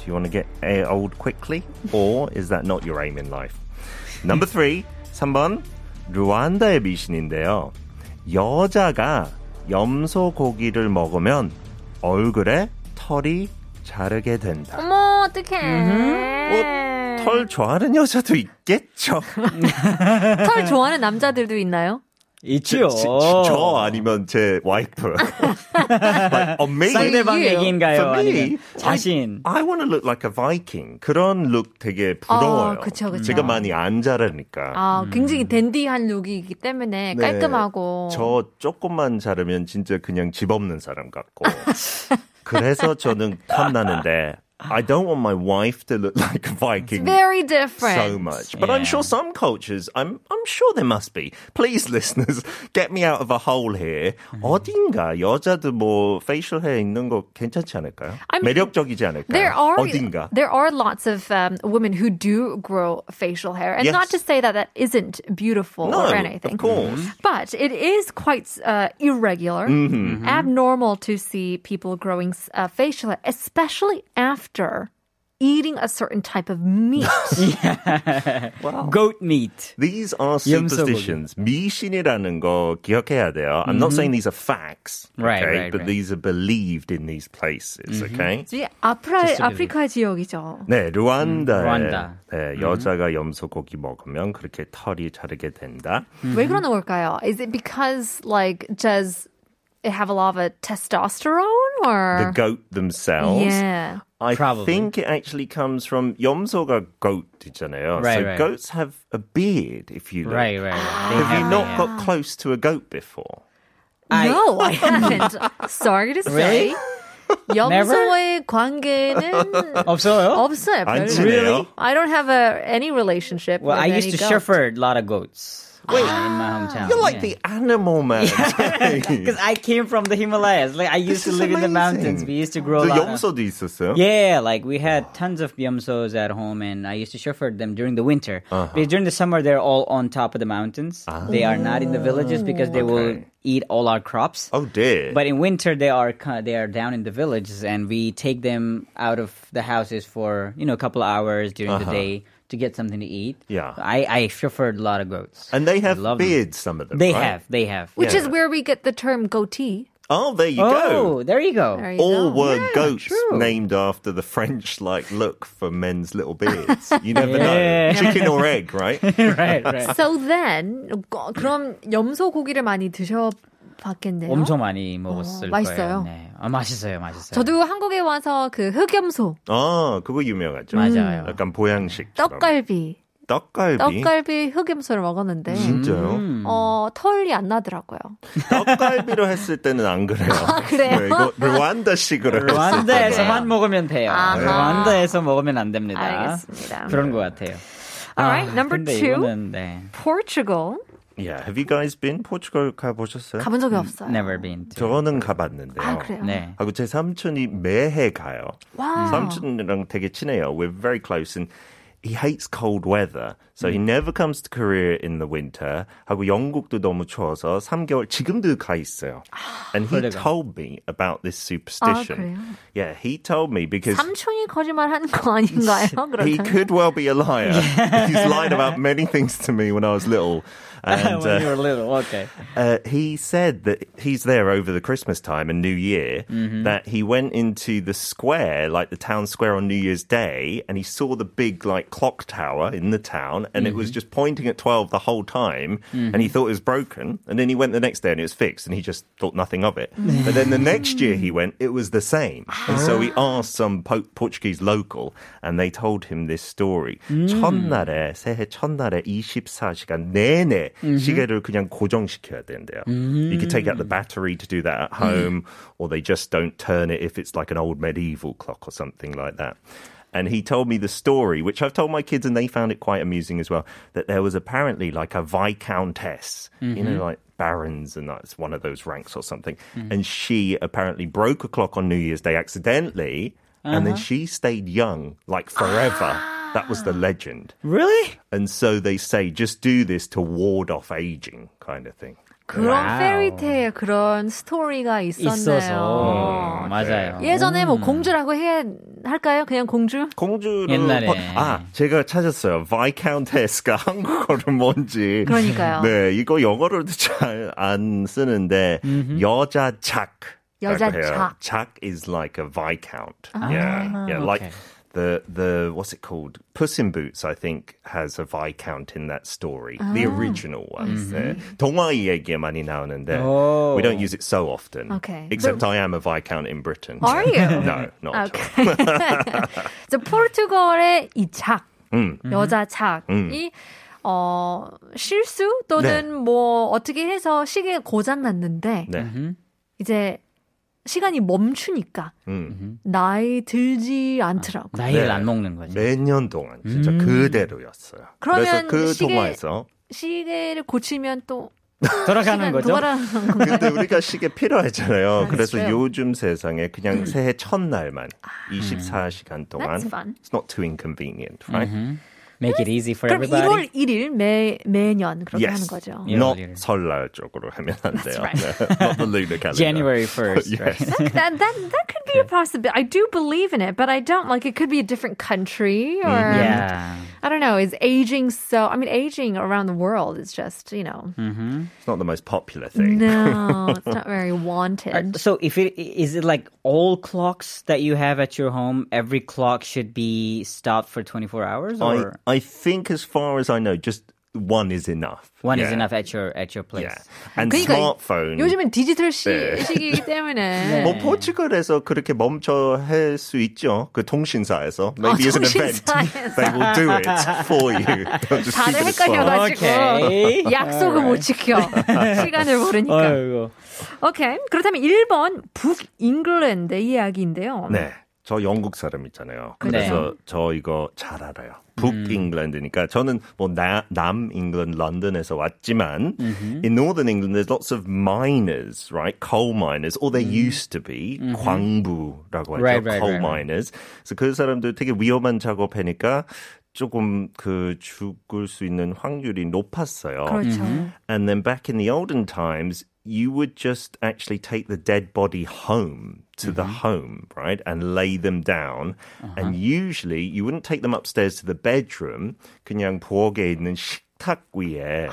Speaker 4: Do you want to get eh, old quickly? Or is that not your aim in life? Number three, 3번, 루안다의 미신인데요. 여자가 염소 고기를 먹으면 얼굴에 털이 자르게 된다. 어,
Speaker 2: 어머, 어떡해.
Speaker 4: 털 좋아하는 여자도 있겠죠.
Speaker 2: 털 좋아하는 남자들도 있나요?
Speaker 3: 있죠.
Speaker 4: 지- 저 아니면 제 와이프. [laughs] But on me,
Speaker 3: 상대방
Speaker 2: 이유예요.
Speaker 3: 얘기인가요?
Speaker 4: For me,
Speaker 3: 아니면 자신?
Speaker 4: I want to look like a Viking. 그런 룩 되게 부러워요.
Speaker 2: 아, 그쵸, 그쵸.
Speaker 4: 제가 많이 안 자르니까.
Speaker 2: 아, 굉장히 댄디한 룩이기 때문에
Speaker 4: 네.
Speaker 2: 깔끔하고.
Speaker 4: 저 조금만 자르면 진짜 그냥 집 없는 사람 같고. [laughs] 그래서 저는 탐나는데 I don't want my wife to look like a Viking.
Speaker 2: Very different.
Speaker 4: So much, but I'm
Speaker 3: Yeah.
Speaker 4: sure some cultures. I'm I'm sure there must be. Please, [laughs] listeners, get me out of a hole here. 어딘가 여자도 뭐 facial hair 있는 거 괜찮지 않을까요?
Speaker 2: I'm-
Speaker 4: 매력적이지 않을까요?
Speaker 2: There are
Speaker 4: 어딘가.
Speaker 2: there are lots of um, women who do grow facial hair, and
Speaker 4: Yes.
Speaker 2: not to say that that isn't beautiful
Speaker 4: No,
Speaker 2: or anything.
Speaker 4: of course.
Speaker 2: But it is quite uh, irregular,
Speaker 4: Mm-hmm.
Speaker 3: Mm-hmm.
Speaker 2: abnormal to see people growing uh, facial hair, especially after eating a certain type of
Speaker 4: [laughs]
Speaker 2: meat.
Speaker 3: Goat meat.
Speaker 4: These are
Speaker 3: 염소
Speaker 4: superstitions. 미신이라는 거 기억해야 돼요. I'm not saying these are facts,
Speaker 3: Mm-hmm. Right,
Speaker 4: okay?
Speaker 3: right, Mm-hmm.
Speaker 4: but
Speaker 3: right.
Speaker 4: these are believed in these places, okay?
Speaker 2: 이게 아프라,
Speaker 3: Just a bit.
Speaker 2: 아프리카 지역이죠.
Speaker 4: 네, 루안다에
Speaker 3: Mm-hmm. 루안다.
Speaker 4: 네, 여자가 염소고기 먹으면 그렇게 털이 자르게 된다.
Speaker 2: 왜 그러는 걸까요? Is it because like does it have a lot of uh, testosterone
Speaker 4: The
Speaker 2: or
Speaker 4: goat themselves.
Speaker 2: yeah?
Speaker 4: I
Speaker 3: Probably.
Speaker 4: think it actually comes from 염소가 goat 있잖아요.
Speaker 3: Right,
Speaker 4: so
Speaker 3: right.
Speaker 4: goats have a beard, if you look.
Speaker 3: Right, right. right. They
Speaker 4: Have you
Speaker 3: have
Speaker 4: not
Speaker 3: that.
Speaker 4: got close to a goat before?
Speaker 3: I-
Speaker 2: No, I
Speaker 3: [laughs]
Speaker 2: haven't. Sorry to say. 염소의 관계는
Speaker 4: [laughs]
Speaker 3: 없어요?
Speaker 2: 없어요. 별로.
Speaker 4: 안 친해요?
Speaker 2: I don't have a, any relationship.
Speaker 3: Well, I
Speaker 2: with
Speaker 3: used
Speaker 2: any
Speaker 3: to
Speaker 2: goat.
Speaker 3: shepherd a lot of goats. Wait, in my hometown.
Speaker 4: You're
Speaker 3: yeah.
Speaker 4: like the animal
Speaker 3: [laughs]
Speaker 4: man. [laughs]
Speaker 3: Because I came from the Himalayas. Like I used to
Speaker 4: This is
Speaker 3: live in the
Speaker 4: amazing.
Speaker 3: mountains. We used to grow.
Speaker 4: 저
Speaker 3: a lot of-
Speaker 4: 염소도 있었어요?
Speaker 3: Yeah, like we had tons of yamsos at home, and I used to shepherd them during the winter.
Speaker 4: Uh-huh.
Speaker 3: But during the summer, they're all on top of the mountains. They are not in the villages because they will
Speaker 4: Ah. Okay.
Speaker 3: eat all our crops.
Speaker 4: Oh dear.
Speaker 3: But in winter, they are ki- they are down in the villages, and we take them out of the houses for you know a couple of hours during the day to get something to eat.
Speaker 4: Uh-huh. Yeah.
Speaker 3: I I shepherd a lot of goats.
Speaker 4: And they have
Speaker 3: Love 'em.
Speaker 4: beards, some of them.
Speaker 3: They
Speaker 4: right?
Speaker 3: have, they have.
Speaker 2: Which is
Speaker 4: Yeah.
Speaker 2: where we get the term goatee.
Speaker 4: Oh, there you
Speaker 3: Oh,
Speaker 4: go.
Speaker 3: there you go.
Speaker 2: There you
Speaker 4: All
Speaker 2: go.
Speaker 4: were goats
Speaker 3: true.
Speaker 4: named after the French like look for men's little beards.
Speaker 3: [laughs]
Speaker 4: You never
Speaker 3: Yeah.
Speaker 4: know.
Speaker 3: [laughs]
Speaker 4: Chicken or egg, right?
Speaker 3: right, right.
Speaker 2: So then 어, 그럼 염소 고기를 많이 드셔 봤겠네요.
Speaker 3: 엄청 많이
Speaker 2: 어,
Speaker 3: 먹었을
Speaker 2: 맛있어요?
Speaker 3: 거예요. 네. 아, 맛있어요, 맛있어요.
Speaker 2: 저도 한국에 와서 그 흑염소,
Speaker 4: 아, Ah, 그거 유명하죠.
Speaker 3: 맞아요.
Speaker 4: 약간 보양식.
Speaker 2: 떡갈비,
Speaker 4: 떡갈비.
Speaker 2: 떡갈비 흑염소를 먹었는데
Speaker 3: 음.
Speaker 4: 진짜요?
Speaker 2: 어 털이 안 나더라고요.
Speaker 4: 떡갈비로 했을 때는 안 그래요.
Speaker 2: 아, 그래요?
Speaker 4: 네, 이거 르완다식으로 했을 때.
Speaker 3: 르완다에서만 먹으면 돼요.
Speaker 2: 아하.
Speaker 3: 르완다에서 먹으면 안 됩니다.
Speaker 2: 알겠습니다.
Speaker 3: 그런 것 같아요.
Speaker 2: Alright, number
Speaker 3: 근데
Speaker 2: two.
Speaker 3: 이거는, 네.
Speaker 2: Portugal
Speaker 4: Yeah, have you guys been Portugal 가보셨어요?
Speaker 2: 가본 적이 없어요.
Speaker 3: Never been to.
Speaker 4: 저는 가봤는데요.
Speaker 2: 아 그래요?
Speaker 3: 음. 네. 음.
Speaker 4: 하고 제 삼촌이 매해 가요.
Speaker 2: 와.
Speaker 4: 삼촌이랑 되게 친해요. We're very close and he hates cold weather. So he never comes to Korea in the winter. 하고 영국도 너무 추워서 3개월 지금도 가 있어요. And he
Speaker 3: 그래요?
Speaker 4: told me about this
Speaker 2: 아,
Speaker 4: superstition.
Speaker 2: 그래요?
Speaker 4: yeah, he told me because
Speaker 2: 삼촌이 거짓말하는 거
Speaker 3: [laughs]
Speaker 2: 아닌가요?
Speaker 4: he
Speaker 2: 그러면
Speaker 4: could well be a liar. He's lied about many things to me when I was
Speaker 3: [laughs]
Speaker 4: little. And
Speaker 3: When you were
Speaker 4: uh,
Speaker 3: little, okay.
Speaker 4: uh, he said that he's there over the Christmas time and New Year, that he went into the square, like the town square on New Year's Day, and he saw the big, like, clock tower in the town, and it was just pointing at 12 the whole time, and he thought it was broken. And then he went the next day and it was fixed, and he just thought nothing of it. but then the next year he went, it was the same. And so he asked some po- Portuguese local, and they told him this story. 첫날에, 새해 첫날에 24시간 내내 시계를 그냥 고정시켜야 된대요. You could take out the battery to do that at home, or they just don't turn it if it's like an old medieval clock or something like that. And he told me the story, which I've told my kids, and they found it quite amusing as well. That there was apparently like a viscountess, you know, like barons, and that's one of those ranks or something. And she apparently broke a clock on New Year's Day accidentally, and then she stayed young like forever. That was the legend.
Speaker 3: Really?
Speaker 4: And so they say, just do this to ward off aging, kind of thing.
Speaker 2: 그런
Speaker 3: 와우.
Speaker 2: 페리테일 그런 스토리가 있었네요.
Speaker 3: 있어서. 음. 맞아요.
Speaker 2: 예전에 뭐 공주라고 해야 할까요? 그냥 공주?
Speaker 3: 네.
Speaker 4: 공주를
Speaker 3: 옛날에.
Speaker 4: 번- 아 제가 찾았어요. Viscountess가 [laughs] 한국어로 뭔지.
Speaker 2: 그러니까요.
Speaker 4: 네 이거 영어로도 잘 안 쓰는데 여자 작.
Speaker 2: 여자 작.
Speaker 4: 작 is like a viscount. yeah, yeah,
Speaker 3: okay.
Speaker 4: like the the what's it called? Puss in Boots, I think, has a viscount in that story, the
Speaker 2: Ah.
Speaker 4: original one.
Speaker 2: Mm-hmm.
Speaker 4: 네. 동화 이야기에 많이 나오는데
Speaker 3: Oh.
Speaker 4: we don't use it so often.
Speaker 2: Okay.
Speaker 4: Except I am a viscount in Britain.
Speaker 2: Are
Speaker 3: [laughs]
Speaker 2: you?
Speaker 3: 그렇죠.
Speaker 2: 아,
Speaker 4: No, not at all.
Speaker 2: 오케이. [laughs] 그래서 포르투갈의 이 작,
Speaker 3: 음.
Speaker 2: 여자 작이 어, 실수 또는
Speaker 3: 네.
Speaker 2: 뭐 어떻게 해서 시계 고장 났는데
Speaker 4: 네.
Speaker 3: Mm-hmm.
Speaker 2: 이제 시간이 멈추니까
Speaker 4: 음.
Speaker 2: 나이 들지 않더라고. 요
Speaker 3: 나이를
Speaker 4: 네.
Speaker 3: 안 먹는 거죠.
Speaker 4: 몇 년 동안 진짜
Speaker 3: 음.
Speaker 4: 그대로였어요.
Speaker 2: 그러면
Speaker 4: 그래서 그
Speaker 2: 시계-
Speaker 4: 동화에서
Speaker 2: 시계를 고치면 또
Speaker 3: 돌아가는
Speaker 2: 시간
Speaker 3: 거죠.
Speaker 2: 돌아가는 건가요?
Speaker 4: 근데 우리가 시계 필요하잖아요. 그래서
Speaker 2: 그래요. 음. 아.
Speaker 4: 요즘 세상에 그냥 새해 첫날만 24시간 동안
Speaker 2: That's fun.
Speaker 4: It's not too inconvenient, right?
Speaker 3: Make it easy for
Speaker 2: 그럼
Speaker 3: everybody.
Speaker 2: 1월 1일 매 매년 그렇게 하는
Speaker 4: Yes. [laughs]
Speaker 2: 거죠.
Speaker 3: 예.
Speaker 4: Not
Speaker 3: 일월 일일.
Speaker 4: 설날 쪽으로 하면 안 돼요.
Speaker 2: right.
Speaker 4: 네. [laughs] Not the lunar calendar.
Speaker 3: January 1st,
Speaker 4: [laughs] Yes.
Speaker 3: right?
Speaker 2: That that that could be a possibility. I do believe in it, but I don't like it could be a different country or
Speaker 3: [laughs] Yeah.
Speaker 2: I don't know. Is aging so? I mean, aging around the world is just you know
Speaker 4: It's not the most popular thing.
Speaker 2: no, it's not very wanted.
Speaker 3: So if it is it like all clocks that you have at your home, every clock should be stopped for 24 hours
Speaker 4: I,
Speaker 3: or
Speaker 4: I think as far as I know, just one is enough.
Speaker 3: one is
Speaker 4: Yeah.
Speaker 3: enough at your at your place.
Speaker 4: Yeah. And
Speaker 2: 그러니까
Speaker 4: smartphone.
Speaker 2: 요즘은 디지털 시,
Speaker 4: 네.
Speaker 2: 시기이기 때문에
Speaker 4: 뭐 포르투갈에서 그렇게 멈춰 할 수 있죠. 그 통신사에서
Speaker 2: 어,
Speaker 4: maybe it's an event.
Speaker 2: 통신사에서.
Speaker 4: They will do it for
Speaker 2: [laughs]
Speaker 4: you. They'll just
Speaker 2: 다들
Speaker 4: keep it as well.
Speaker 2: 헷갈려가지고
Speaker 3: Okay.
Speaker 2: 약속을 못 지켜 시간을 모르니까.
Speaker 3: 아이고.
Speaker 2: 오케이 그렇다면 1번 북잉글랜드의 이야기인데요.
Speaker 4: 네. 저 영국 사람이잖아요. 그래서 저 이거 잘 알아요. 북 잉글랜드니까 저는 뭐남 잉글랜드 런던에서 왔지만 in northern England there's lots of miners, right? Coal miners or there used to be 광부라고 하죠.
Speaker 3: Right, right,
Speaker 4: coal
Speaker 3: right, right.
Speaker 4: miners. 그래서 그 사람들 되게 위험한 작업하니까 조금 그 죽을 수 있는 확률이 높았어요.
Speaker 2: 그렇죠.
Speaker 3: 음.
Speaker 4: And then back in the olden times, you would just actually take the dead body home to the home, right? And lay them down. And usually you wouldn't take them upstairs to the bedroom. 그냥 부엌에 있는 식탁 위에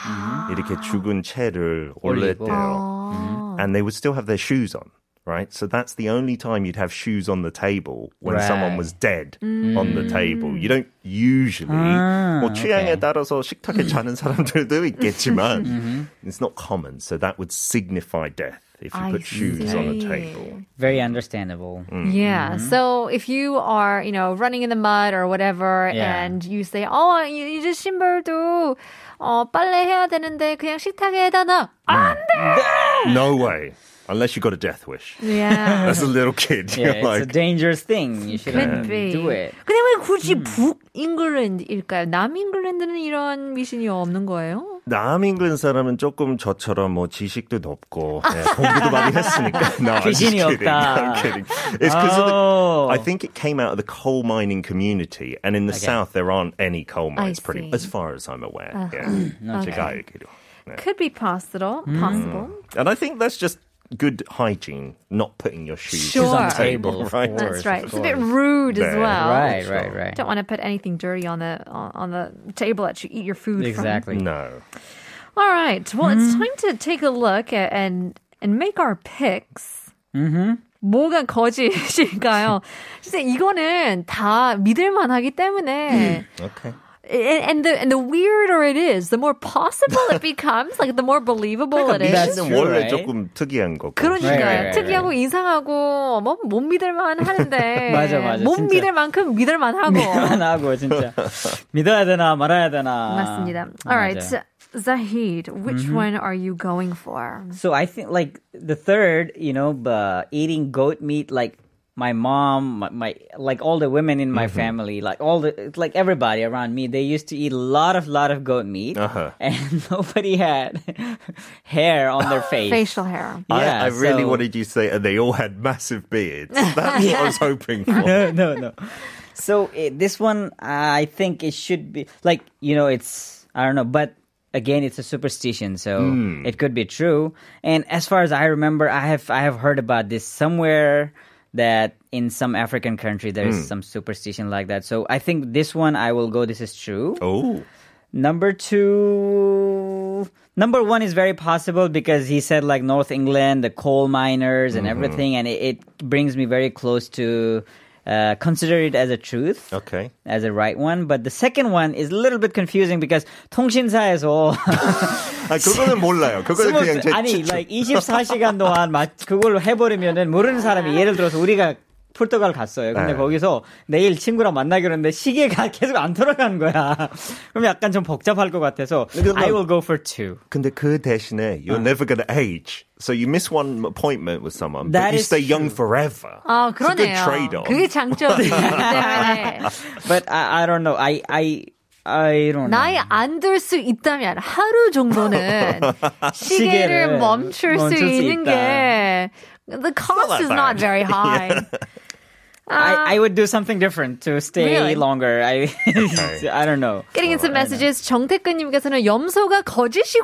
Speaker 4: 이렇게 죽은 채를 올렸대요.
Speaker 2: 음.
Speaker 4: and they would still have their shoes on. Right, so that's the only time you'd have shoes on the table when someone
Speaker 3: Right.
Speaker 4: was dead on the table. You don't usually.
Speaker 3: Ah,
Speaker 4: 뭐 취향에 따라서 식탁에 자는
Speaker 3: [laughs]
Speaker 4: 사람들도 있겠지만,
Speaker 3: Mm-hmm.
Speaker 4: it's not common. So that would signify death if you
Speaker 2: I
Speaker 4: put shoes on a
Speaker 2: see.
Speaker 4: table.
Speaker 3: Very understandable.
Speaker 4: Mm.
Speaker 2: Yeah. So if you are, you know, running in the mud or whatever,
Speaker 3: Yeah.
Speaker 2: and you say, "Oh, you, you just 신발도 어, 빨래 해야 되는데 그냥 식탁에다 놔." 아! 안 돼.
Speaker 4: No way, unless you got a death wish. [laughs]
Speaker 2: Yeah.
Speaker 4: As a little kid,
Speaker 3: [laughs] Yeah,
Speaker 4: you're
Speaker 3: it's a
Speaker 4: like,
Speaker 3: dangerous thing. You shouldn't
Speaker 2: Could be.
Speaker 3: do it.
Speaker 2: 근데 왜 굳이 북잉글랜드일까요? 남잉글랜드는 이런 미신이 없는 거예요?
Speaker 4: 남인근 사람은 조금 저처럼 뭐 지식도 높고 예, 공부도 많이 했으니까. [laughs] No, I'm just
Speaker 3: 귀신이
Speaker 4: kidding.
Speaker 3: 없다.
Speaker 4: I'm kidding. It's because of
Speaker 3: Oh.
Speaker 4: the, I think it came out of the coal mining community, and in the south there aren't any coal mines, pretty
Speaker 2: see.
Speaker 4: as far as I'm aware. Yeah,
Speaker 3: Hmm.
Speaker 4: 제가 알기로. 네.
Speaker 2: Could be possible. Possible.
Speaker 4: And I think that's just good hygiene, not putting your shoes
Speaker 2: Shoes on
Speaker 4: on the
Speaker 2: the
Speaker 4: table,
Speaker 3: of
Speaker 4: right?
Speaker 3: course,
Speaker 2: That's right.
Speaker 3: of
Speaker 2: It's a bit
Speaker 3: course.
Speaker 2: rude as
Speaker 4: Yeah.
Speaker 2: well.
Speaker 3: Right, right, right.
Speaker 2: Don't want to put anything dirty on the on on the table that you eat your food from.
Speaker 3: [laughs] Exactly.
Speaker 4: No.
Speaker 2: All right. Well,
Speaker 3: Mm-hmm.
Speaker 2: it's time to take a look at, and and make our picks.
Speaker 3: Mm-hmm.
Speaker 2: 뭐가 거짓일까요? [laughs] 진짜 이거는 다 믿을만하기
Speaker 3: [laughs]
Speaker 2: 때문에.
Speaker 4: Okay.
Speaker 2: And, and the and the weirder it is, the more possible
Speaker 3: [laughs]
Speaker 2: it becomes, like the more believable it
Speaker 3: That's
Speaker 2: is.
Speaker 3: 믿는
Speaker 4: 미신은
Speaker 3: true,
Speaker 4: 원래
Speaker 3: right?
Speaker 4: 조금 특이한 거고.
Speaker 2: 그러니까
Speaker 3: Right, right, right,
Speaker 2: 특이하고 이상하고 뭐 못 믿을만 하는데
Speaker 3: [laughs] 맞아, 맞아,
Speaker 2: 못
Speaker 3: 진짜.
Speaker 2: 믿을 만큼 믿을만하고
Speaker 3: [laughs] 하고 진짜 믿어야 되나 말아야 되나.
Speaker 2: 맞습니다.
Speaker 3: 맞아요.
Speaker 2: All right, Zahid, which one are you going for?
Speaker 3: So I think like the third, you know, uh, eating goat meat like my mom, my, my like all the women in my
Speaker 4: Mm-hmm.
Speaker 3: family, like all the like everybody around me, they used to eat a lot of lot of goat meat,
Speaker 4: Uh-huh.
Speaker 3: [laughs] and nobody had [laughs] hair on their face.
Speaker 2: Facial hair.
Speaker 3: Yeah,
Speaker 4: I, I really
Speaker 3: so-
Speaker 4: wanted you to say, and they all had
Speaker 3: [laughs]
Speaker 4: massive beards. That's what I was hoping for.
Speaker 3: no, [laughs] no, no. So it, this one, I think it should be like you know, it's I don't know, but again, it's a superstition, so it could be true. And as far as I remember, I have I have heard about this somewhere that in some African country there is some superstition like that. So I think this one I will go. This is true.
Speaker 4: Oh.
Speaker 3: Number two. Number one is very possible because he said like North England, the coal miners and everything, and it, it brings me very close to uh, consider it as a truth.
Speaker 4: Okay.
Speaker 3: As a right one, but the second one is a little bit confusing because 통신사에서
Speaker 4: 아, 그거는 몰라요. 그거는 그냥 제
Speaker 3: 아니
Speaker 4: 추측.
Speaker 3: like 24시간 동안 마, 그걸로 해버리면은 모르는 사람이 예를 들어서 우리가 포르투갈 갔어요. 근데
Speaker 4: 네.
Speaker 3: 거기서 내일 친구랑 만나기로 했는데 시계가 [laughs] 계속 안 돌아가는 거야. [laughs] 그럼 약간 좀 복잡할 것 같아서
Speaker 4: 근데 뭐
Speaker 3: I
Speaker 4: 난-
Speaker 3: will go for two.
Speaker 4: 근데 그 대신에 you're never gonna age. So you miss one appointment with someone,
Speaker 3: That
Speaker 4: but you
Speaker 3: is Ah,
Speaker 4: stay young forever.
Speaker 2: 아, 그러네요.
Speaker 4: It's a good trade-off.
Speaker 2: 그게 장점이기 때문에
Speaker 3: But I, I don't know. I I I don't know.
Speaker 2: 나이 안 들 수 있다면 하루 정도는 시계를
Speaker 3: 시계를
Speaker 2: 멈출 수
Speaker 3: 멈출 수
Speaker 2: 있는
Speaker 3: 있다.
Speaker 2: 게 the cost is not very high.
Speaker 3: I, I would do something different to stay
Speaker 2: 아. Really?
Speaker 3: longer. I [laughs] I
Speaker 2: [laughs]
Speaker 3: don't know.
Speaker 2: Getting in some messages. 정태근님께서는 염소가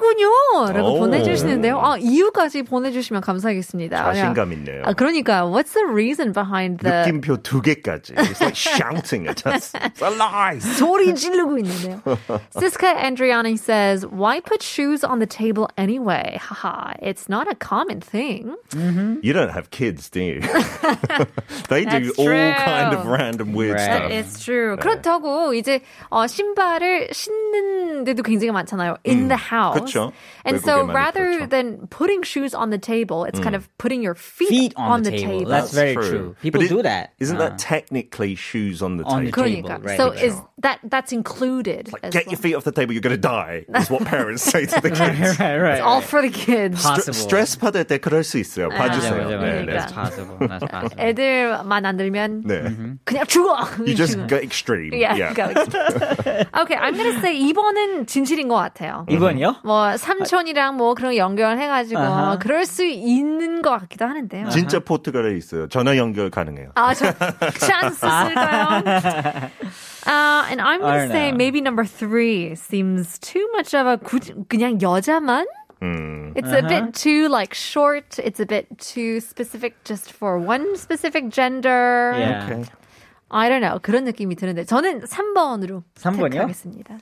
Speaker 2: 거짓이군요라고
Speaker 4: 오.
Speaker 2: 보내주시는데요. 아 이유까지 보내주시면 감사하겠습니다.
Speaker 4: 자신감 있네요.
Speaker 2: 아 그러니까 what's the reason behind the
Speaker 4: 느낌표 두 개까지.
Speaker 3: [laughs]
Speaker 4: It's like shouting at us. It's a lie.
Speaker 2: 소리 지르고 있는데요. Siska Andriani says, "Why put shoes on the table anyway? Haha, it's not a common thing."
Speaker 4: You don't have kids, do
Speaker 3: [laughs]
Speaker 4: you? they do
Speaker 2: That's
Speaker 4: all
Speaker 2: true.
Speaker 4: kind of random weird
Speaker 3: Right.
Speaker 4: stuff.
Speaker 3: That
Speaker 2: It's true. 그렇다고 이제 어, 신발을 신는데도 굉장히 많잖아요. In the house.
Speaker 4: 그쵸.
Speaker 2: And so
Speaker 4: 외국에 많이
Speaker 2: rather
Speaker 4: 그렇죠.
Speaker 2: than putting shoes on the table, it's kind of putting your feet,
Speaker 3: Feet on, the, table. That's, very
Speaker 4: True.
Speaker 3: true.
Speaker 4: But
Speaker 3: People
Speaker 4: it-
Speaker 3: do that.
Speaker 4: Isn't
Speaker 3: Uh,
Speaker 4: that technically shoes on the
Speaker 3: On the
Speaker 4: table?
Speaker 3: table.
Speaker 2: 그러니까.
Speaker 3: right,
Speaker 2: so
Speaker 3: 그렇죠.
Speaker 2: is that that's included? as
Speaker 4: Get
Speaker 2: well.
Speaker 4: your feet off the table, you're gonna die, is what parents say to
Speaker 3: [laughs]
Speaker 4: the kids.
Speaker 3: right, right.
Speaker 2: All for the kids.
Speaker 3: possible.
Speaker 4: 스트레스 받을 때 그럴 수 있어요.
Speaker 3: 맞아,
Speaker 4: 봐주세요.
Speaker 3: 맞아, 맞아.
Speaker 4: 네, 네.
Speaker 3: That's possible. That's
Speaker 2: [laughs]
Speaker 3: possible.
Speaker 2: 애들만 안 들면
Speaker 4: 네.
Speaker 2: 그냥 죽어.
Speaker 3: [laughs]
Speaker 4: You just go extreme.
Speaker 2: yeah,
Speaker 4: yeah.
Speaker 2: go. [laughs] okay, I'm gonna say 이번은 진실인 것 같아요.
Speaker 3: 이번이요?
Speaker 2: 뭐 삼촌이랑 뭐 그런 연결을 해가지고 그럴 수 있는 것 같기도 하는데요.
Speaker 3: 네. Uh-huh.
Speaker 4: 진짜 포트갈에 있어요. 전화 연결 가능해요.
Speaker 2: 아, 저 찬스
Speaker 3: 아.
Speaker 2: 쓸까요?
Speaker 3: [laughs]
Speaker 2: Uh, and I'm
Speaker 3: I
Speaker 2: gonna
Speaker 3: don't
Speaker 2: say
Speaker 3: know.
Speaker 2: maybe number three seems too much of a 굳이- 그냥 여자만. It's a bit too like short. It's a bit too specific just for one specific gender.
Speaker 3: Yeah.
Speaker 4: Okay.
Speaker 2: I don't know 그런 느낌이 드는데 저는 3번으로
Speaker 3: 3번이요?
Speaker 2: 택하겠습니다.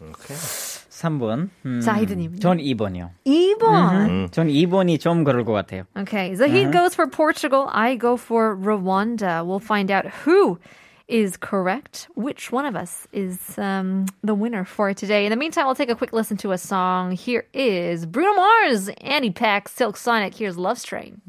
Speaker 3: 3번. 음,
Speaker 2: 자, 히드님.
Speaker 3: 전 2번이요.
Speaker 2: 2번.
Speaker 3: 전 2번이 좀 그럴 것 같아요.
Speaker 2: Okay, so he goes for Portugal, I go for Rwanda. We'll find out who is correct, which one of us is um, the winner for today. In the meantime, we'll take a quick listen to a song. Here is Bruno Mars, Annie Pack, Silk Sonic. Here's Love Train.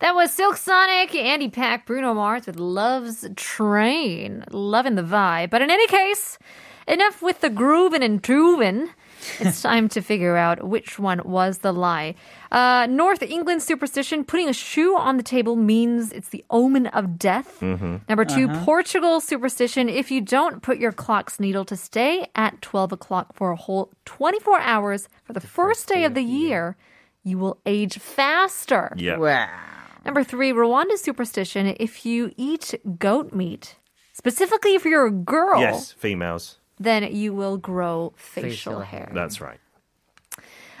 Speaker 2: That was Silk Sonic, Andy Pack, Bruno Mars with Love's Train. Loving the vibe. But in any case, enough with the grooving and drooving. [laughs] it's time to figure out which one was the lie. Uh, North England superstition, putting a shoe on the table means it's the omen of death. Number 2 Portugal superstition, if you don't put your clock's needle to stay at 12 o'clock for a whole 24 hours for the, first day of the year, you will age faster.
Speaker 4: Yeah.
Speaker 2: Number three, Rwanda superstition. If you eat goat meat, specifically if you're a girl,
Speaker 4: Yes, females.
Speaker 2: then you will grow facial, hair.
Speaker 4: That's right.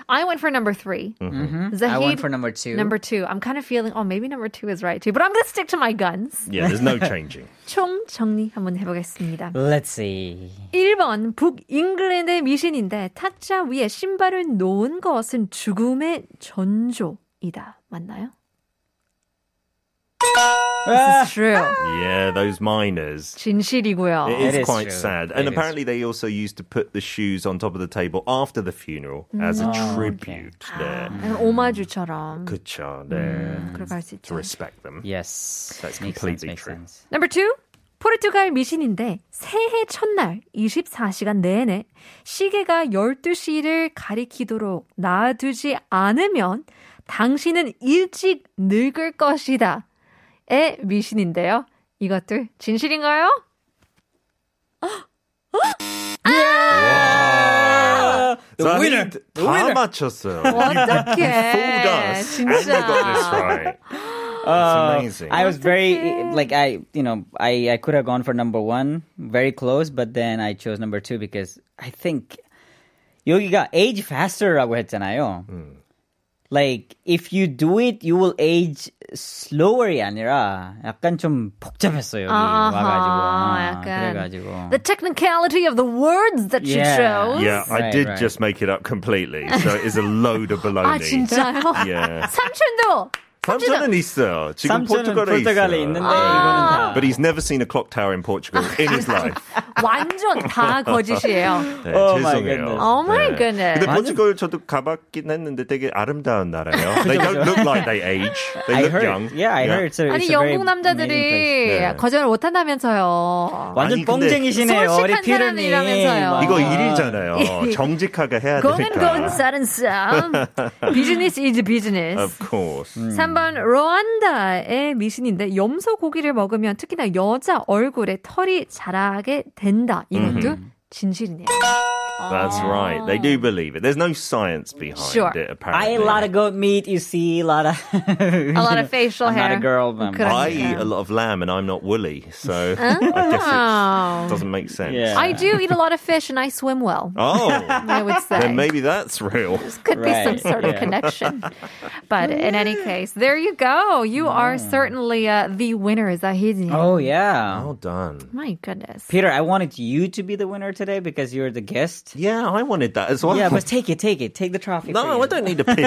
Speaker 2: I went for number 3 Zahid,
Speaker 5: Mm-hmm. I went for number two.
Speaker 2: number two. I'm kind of feeling, oh, maybe number two is right too, but I'm going to stick to my guns.
Speaker 4: Yeah,
Speaker 3: [laughs]
Speaker 4: there's no changing.
Speaker 2: 총 정리 한번 해보겠습니다.
Speaker 3: Let's see.
Speaker 2: 1번, 북잉글랜드의 미신인데 타짜 위에 신발을 놓은 것은 죽음의 전조이다. 맞나요? This is true.
Speaker 4: Yeah, those miners.
Speaker 2: 진실이고요.
Speaker 4: It is,
Speaker 3: It Oh, is
Speaker 4: quite
Speaker 3: true.
Speaker 4: sad. And
Speaker 3: It is
Speaker 4: apparently, they also used to put the shoes on top of the table after the funeral as
Speaker 3: Oh,
Speaker 4: a tribute
Speaker 3: Ah.
Speaker 4: there.
Speaker 2: 약간 오마주처럼
Speaker 4: Good job
Speaker 3: Mm.
Speaker 4: there.
Speaker 2: 그렇게 할 수
Speaker 4: To
Speaker 2: 있죠.
Speaker 4: respect them.
Speaker 3: Yes.
Speaker 4: That's
Speaker 3: Makes sense,
Speaker 4: completely
Speaker 3: makes
Speaker 4: true.
Speaker 3: sense.
Speaker 2: Number two. 포르투갈 미신인데 새해 첫날 24시간 내내 시계가 12시를 가리키도록 놔두지 않으면 당신은 일찍 늙을 것이다. 의 미신인데요. 이것들 진실인가요?
Speaker 4: Ah, So I
Speaker 3: winner,
Speaker 4: think
Speaker 3: the winner.
Speaker 4: 다 맞췄어요. [laughs] Fooled
Speaker 2: 어떡해.
Speaker 4: us. And we got this
Speaker 2: 진짜.
Speaker 3: [gasps]
Speaker 4: right.
Speaker 3: Uh,
Speaker 4: It's amazing.
Speaker 3: I was very like I you know I I could have gone for number one very close but then I chose number two because I think 여기가 age faster라고 했잖아요. Like if you do it you will age slower이 아니라 약간 좀 복잡했어요 여기
Speaker 2: 아하,
Speaker 3: 와가지고 아,
Speaker 2: 약간.
Speaker 3: 그래가지고
Speaker 2: The technicality of the words that you
Speaker 3: Yeah.
Speaker 2: chose.
Speaker 4: Yeah, I
Speaker 3: Right,
Speaker 4: did
Speaker 3: right.
Speaker 4: just make it up completely. So it is a load
Speaker 3: [laughs]
Speaker 4: of
Speaker 2: 아
Speaker 4: baloney.
Speaker 2: 진짜요?
Speaker 4: yeah.
Speaker 2: 삼촌도
Speaker 4: 삼촌은 있어요. 지금
Speaker 3: 삼촌은
Speaker 4: 포르투갈에
Speaker 3: 포르투갈에
Speaker 4: 있어요.
Speaker 3: 있는데 이거는 다
Speaker 4: Ah. But he's never seen a clock tower in
Speaker 2: [laughs]
Speaker 4: Portugal in his life.
Speaker 3: [laughs]
Speaker 2: 완전
Speaker 4: [laughs]
Speaker 2: 다 거짓이에요.
Speaker 4: 네,
Speaker 3: Oh my
Speaker 4: 죄송해요.
Speaker 3: goodness.
Speaker 2: Oh my
Speaker 4: 네.
Speaker 2: goodness.
Speaker 4: 근데 포르투갈 저도 가봤긴 했는데 되게 아름다운
Speaker 3: [laughs]
Speaker 4: 나라예요. They don't look like they age. They
Speaker 3: I
Speaker 4: look
Speaker 3: heard
Speaker 4: young.
Speaker 3: yeah I
Speaker 4: Yeah.
Speaker 3: heard so it's
Speaker 2: 아니
Speaker 3: a very
Speaker 2: 영국
Speaker 3: amazing place.
Speaker 2: 남자들이
Speaker 4: 네.
Speaker 2: 거절을 못한다면서요.
Speaker 3: 완전
Speaker 4: 아니, 근데
Speaker 3: 뻥쟁이시네요
Speaker 2: 솔직한
Speaker 3: 우리 피르님
Speaker 2: 사람이라면서요.
Speaker 3: uh,
Speaker 4: 이거
Speaker 3: [laughs]
Speaker 4: 일이잖아요. 정직하게 해야
Speaker 2: 공은 건
Speaker 4: 되니까.
Speaker 2: 사는 쌈. 비즈니스 이즈 비즈니스.
Speaker 4: Of course.
Speaker 2: 3번 로안다의 미신인데 염소 고기를 먹으면 특히나 여자 얼굴에 털이 자라게 된다. 이것도 진실이네요.
Speaker 4: That's right. They do believe it. There's no science behind
Speaker 2: Sure.
Speaker 3: Ah. I
Speaker 4: it, apparently.
Speaker 3: ate a lot of goat meat you see a lot of [laughs]
Speaker 4: 그
Speaker 2: A
Speaker 3: a
Speaker 2: lot of facial
Speaker 3: I'm
Speaker 2: hair.
Speaker 3: not a girl but
Speaker 2: 그러니까.
Speaker 4: I eat a lot of lamb and I'm not woolly,
Speaker 2: Oh.
Speaker 4: so I guess it doesn't make sense.
Speaker 3: Yeah.
Speaker 2: I do eat a lot of fish and I swim well.
Speaker 4: Oh,
Speaker 2: I would say.
Speaker 4: then maybe that's real.
Speaker 2: could be some
Speaker 3: Right,
Speaker 2: sort of [laughs]
Speaker 3: yeah.
Speaker 2: connection. But in any case, there you go. You are certainly uh, the winner, is that his name?
Speaker 3: Oh yeah.
Speaker 4: Well done.
Speaker 2: My goodness.
Speaker 3: Peter, I wanted you to be the winner today because you're the guest.
Speaker 4: Yeah, I wanted that as well.
Speaker 3: Yeah, but take it, take it, take the trophy. for
Speaker 4: [laughs] No,
Speaker 3: you.
Speaker 4: I don't need a pity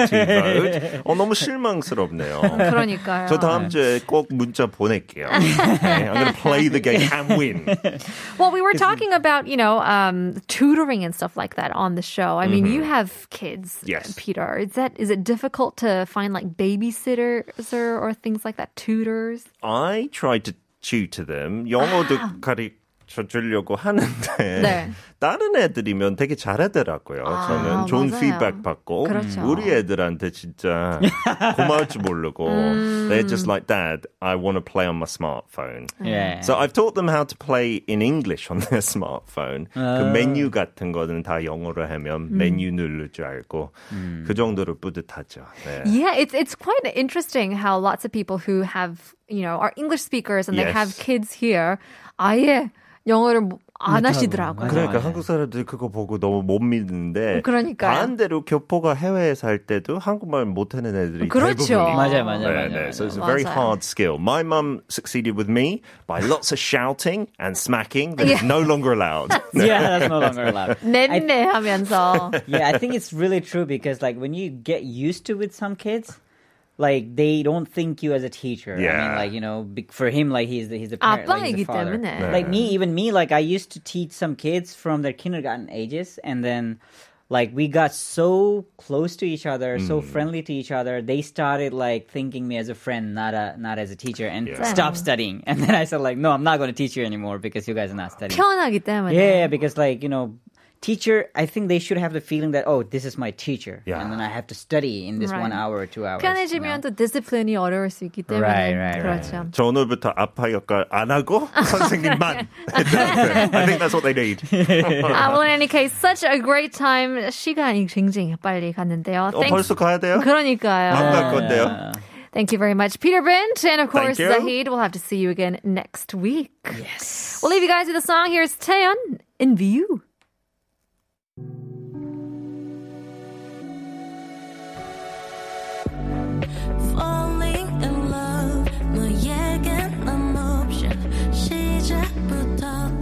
Speaker 2: [laughs]
Speaker 4: vote. 어, 너무 실망스럽네요.
Speaker 2: 그러니까요.
Speaker 4: 저 다음 주에 꼭 문자
Speaker 2: [laughs]
Speaker 4: 보낼게요. Okay, I'm going to play the game and win.
Speaker 2: Well, we were talking about, you know, um, tutoring and stuff like that on the show. I mean, you have kids,
Speaker 4: Yes.
Speaker 2: Peter. Is that is it difficult to find like babysitters or, or things like that, tutors?
Speaker 4: I tried to tutor them. 영어도 가르쳐 주려고 하는데
Speaker 2: 네.
Speaker 4: 다른 애들이면 되게 잘하더라고요. 저는 좋은
Speaker 2: 맞아요.
Speaker 4: 피드백 받고
Speaker 2: 그렇죠.
Speaker 4: 우리 애들한테
Speaker 2: [laughs]
Speaker 4: 진짜 고마울 줄 모르고 they're just like dad, I want to play on my smartphone.
Speaker 3: Yeah.
Speaker 4: So I've taught them how to play in English on [laughs] their smartphone. 그 메뉴 같은 거는 다 영어로 하면 메뉴 누를 줄 알고 그 정도로 뿌듯하죠. 네.
Speaker 2: Yeah, it's it's quite interesting how lots of people who have you know are English speakers and they have
Speaker 4: Yes.
Speaker 2: kids here. 아예 영어를 못- 안
Speaker 3: 못하고.
Speaker 2: 하시더라고요.
Speaker 3: 맞아,
Speaker 4: 그러니까
Speaker 3: 맞아.
Speaker 4: 한국 사람들이 그거 보고 너무 못 믿는데
Speaker 2: 그러니까요.
Speaker 4: 반대로 교포가 해외에서 할 때도 한국말 못하는 애들이
Speaker 2: 그렇죠.
Speaker 4: 대부분이에요.
Speaker 3: 맞아요, 맞아요,
Speaker 4: 네,
Speaker 3: 맞아요.
Speaker 4: 네. So it's a
Speaker 2: 맞아요.
Speaker 4: very hard skill. My mum succeeded with me by lots of shouting and smacking that is no longer
Speaker 2: [laughs]
Speaker 4: allowed.
Speaker 3: yeah, that's no longer allowed.
Speaker 2: 맴매 네.
Speaker 3: [laughs]
Speaker 2: 하면서.
Speaker 3: yeah, I think it's really true because like when you get used to with some kids, like they don't think you as a teacher. I
Speaker 4: Yeah.
Speaker 3: mean, like you know, be- for him, like he's the, he's the parent, like,
Speaker 2: 아빠이기
Speaker 3: he's the father.
Speaker 2: 때문에. 네.
Speaker 3: Like me, even me, like I used to teach some kids from their kindergarten ages, and then. Like we got so close to each other, so
Speaker 4: Hmm.
Speaker 3: friendly to each other. They started like thinking me as a friend, not a not as a teacher, and
Speaker 4: Yeah.
Speaker 3: stopped studying. And then I said like, no, I'm not going to teach you anymore because you guys are not studying.
Speaker 2: 편하기 때문에.
Speaker 3: Yeah, because like you know, teacher. I think they should have the feeling that oh, this is my teacher,
Speaker 4: Yeah.
Speaker 3: and then I have to study in this
Speaker 2: Right.
Speaker 3: one hour or two hours. you
Speaker 2: 편해지면 또
Speaker 3: know?
Speaker 2: 디스플린이 어려울 수 있기 때문에.
Speaker 3: Right, right, right.
Speaker 2: 그렇죠.
Speaker 4: 저 오늘부터 아빠 역할 안 하고
Speaker 2: [laughs]
Speaker 4: 선생님만. I think that's what they need.
Speaker 2: 아, well, in any case, such a great time. 시간이 굉장히 빨리 갔는데요.
Speaker 4: 어, 벌써 아. 가야 돼요?
Speaker 2: 그러니까요.
Speaker 4: 안 갈 건데요.
Speaker 2: Thank you very much, Peter Brent. And of course,
Speaker 4: Thank you.
Speaker 2: Zahid, we'll have to see you again next week. Yes. We'll leave you guys with a song. Here's Taeyeon in View.
Speaker 5: Falling in love 너에겐 난 옵션 시작부터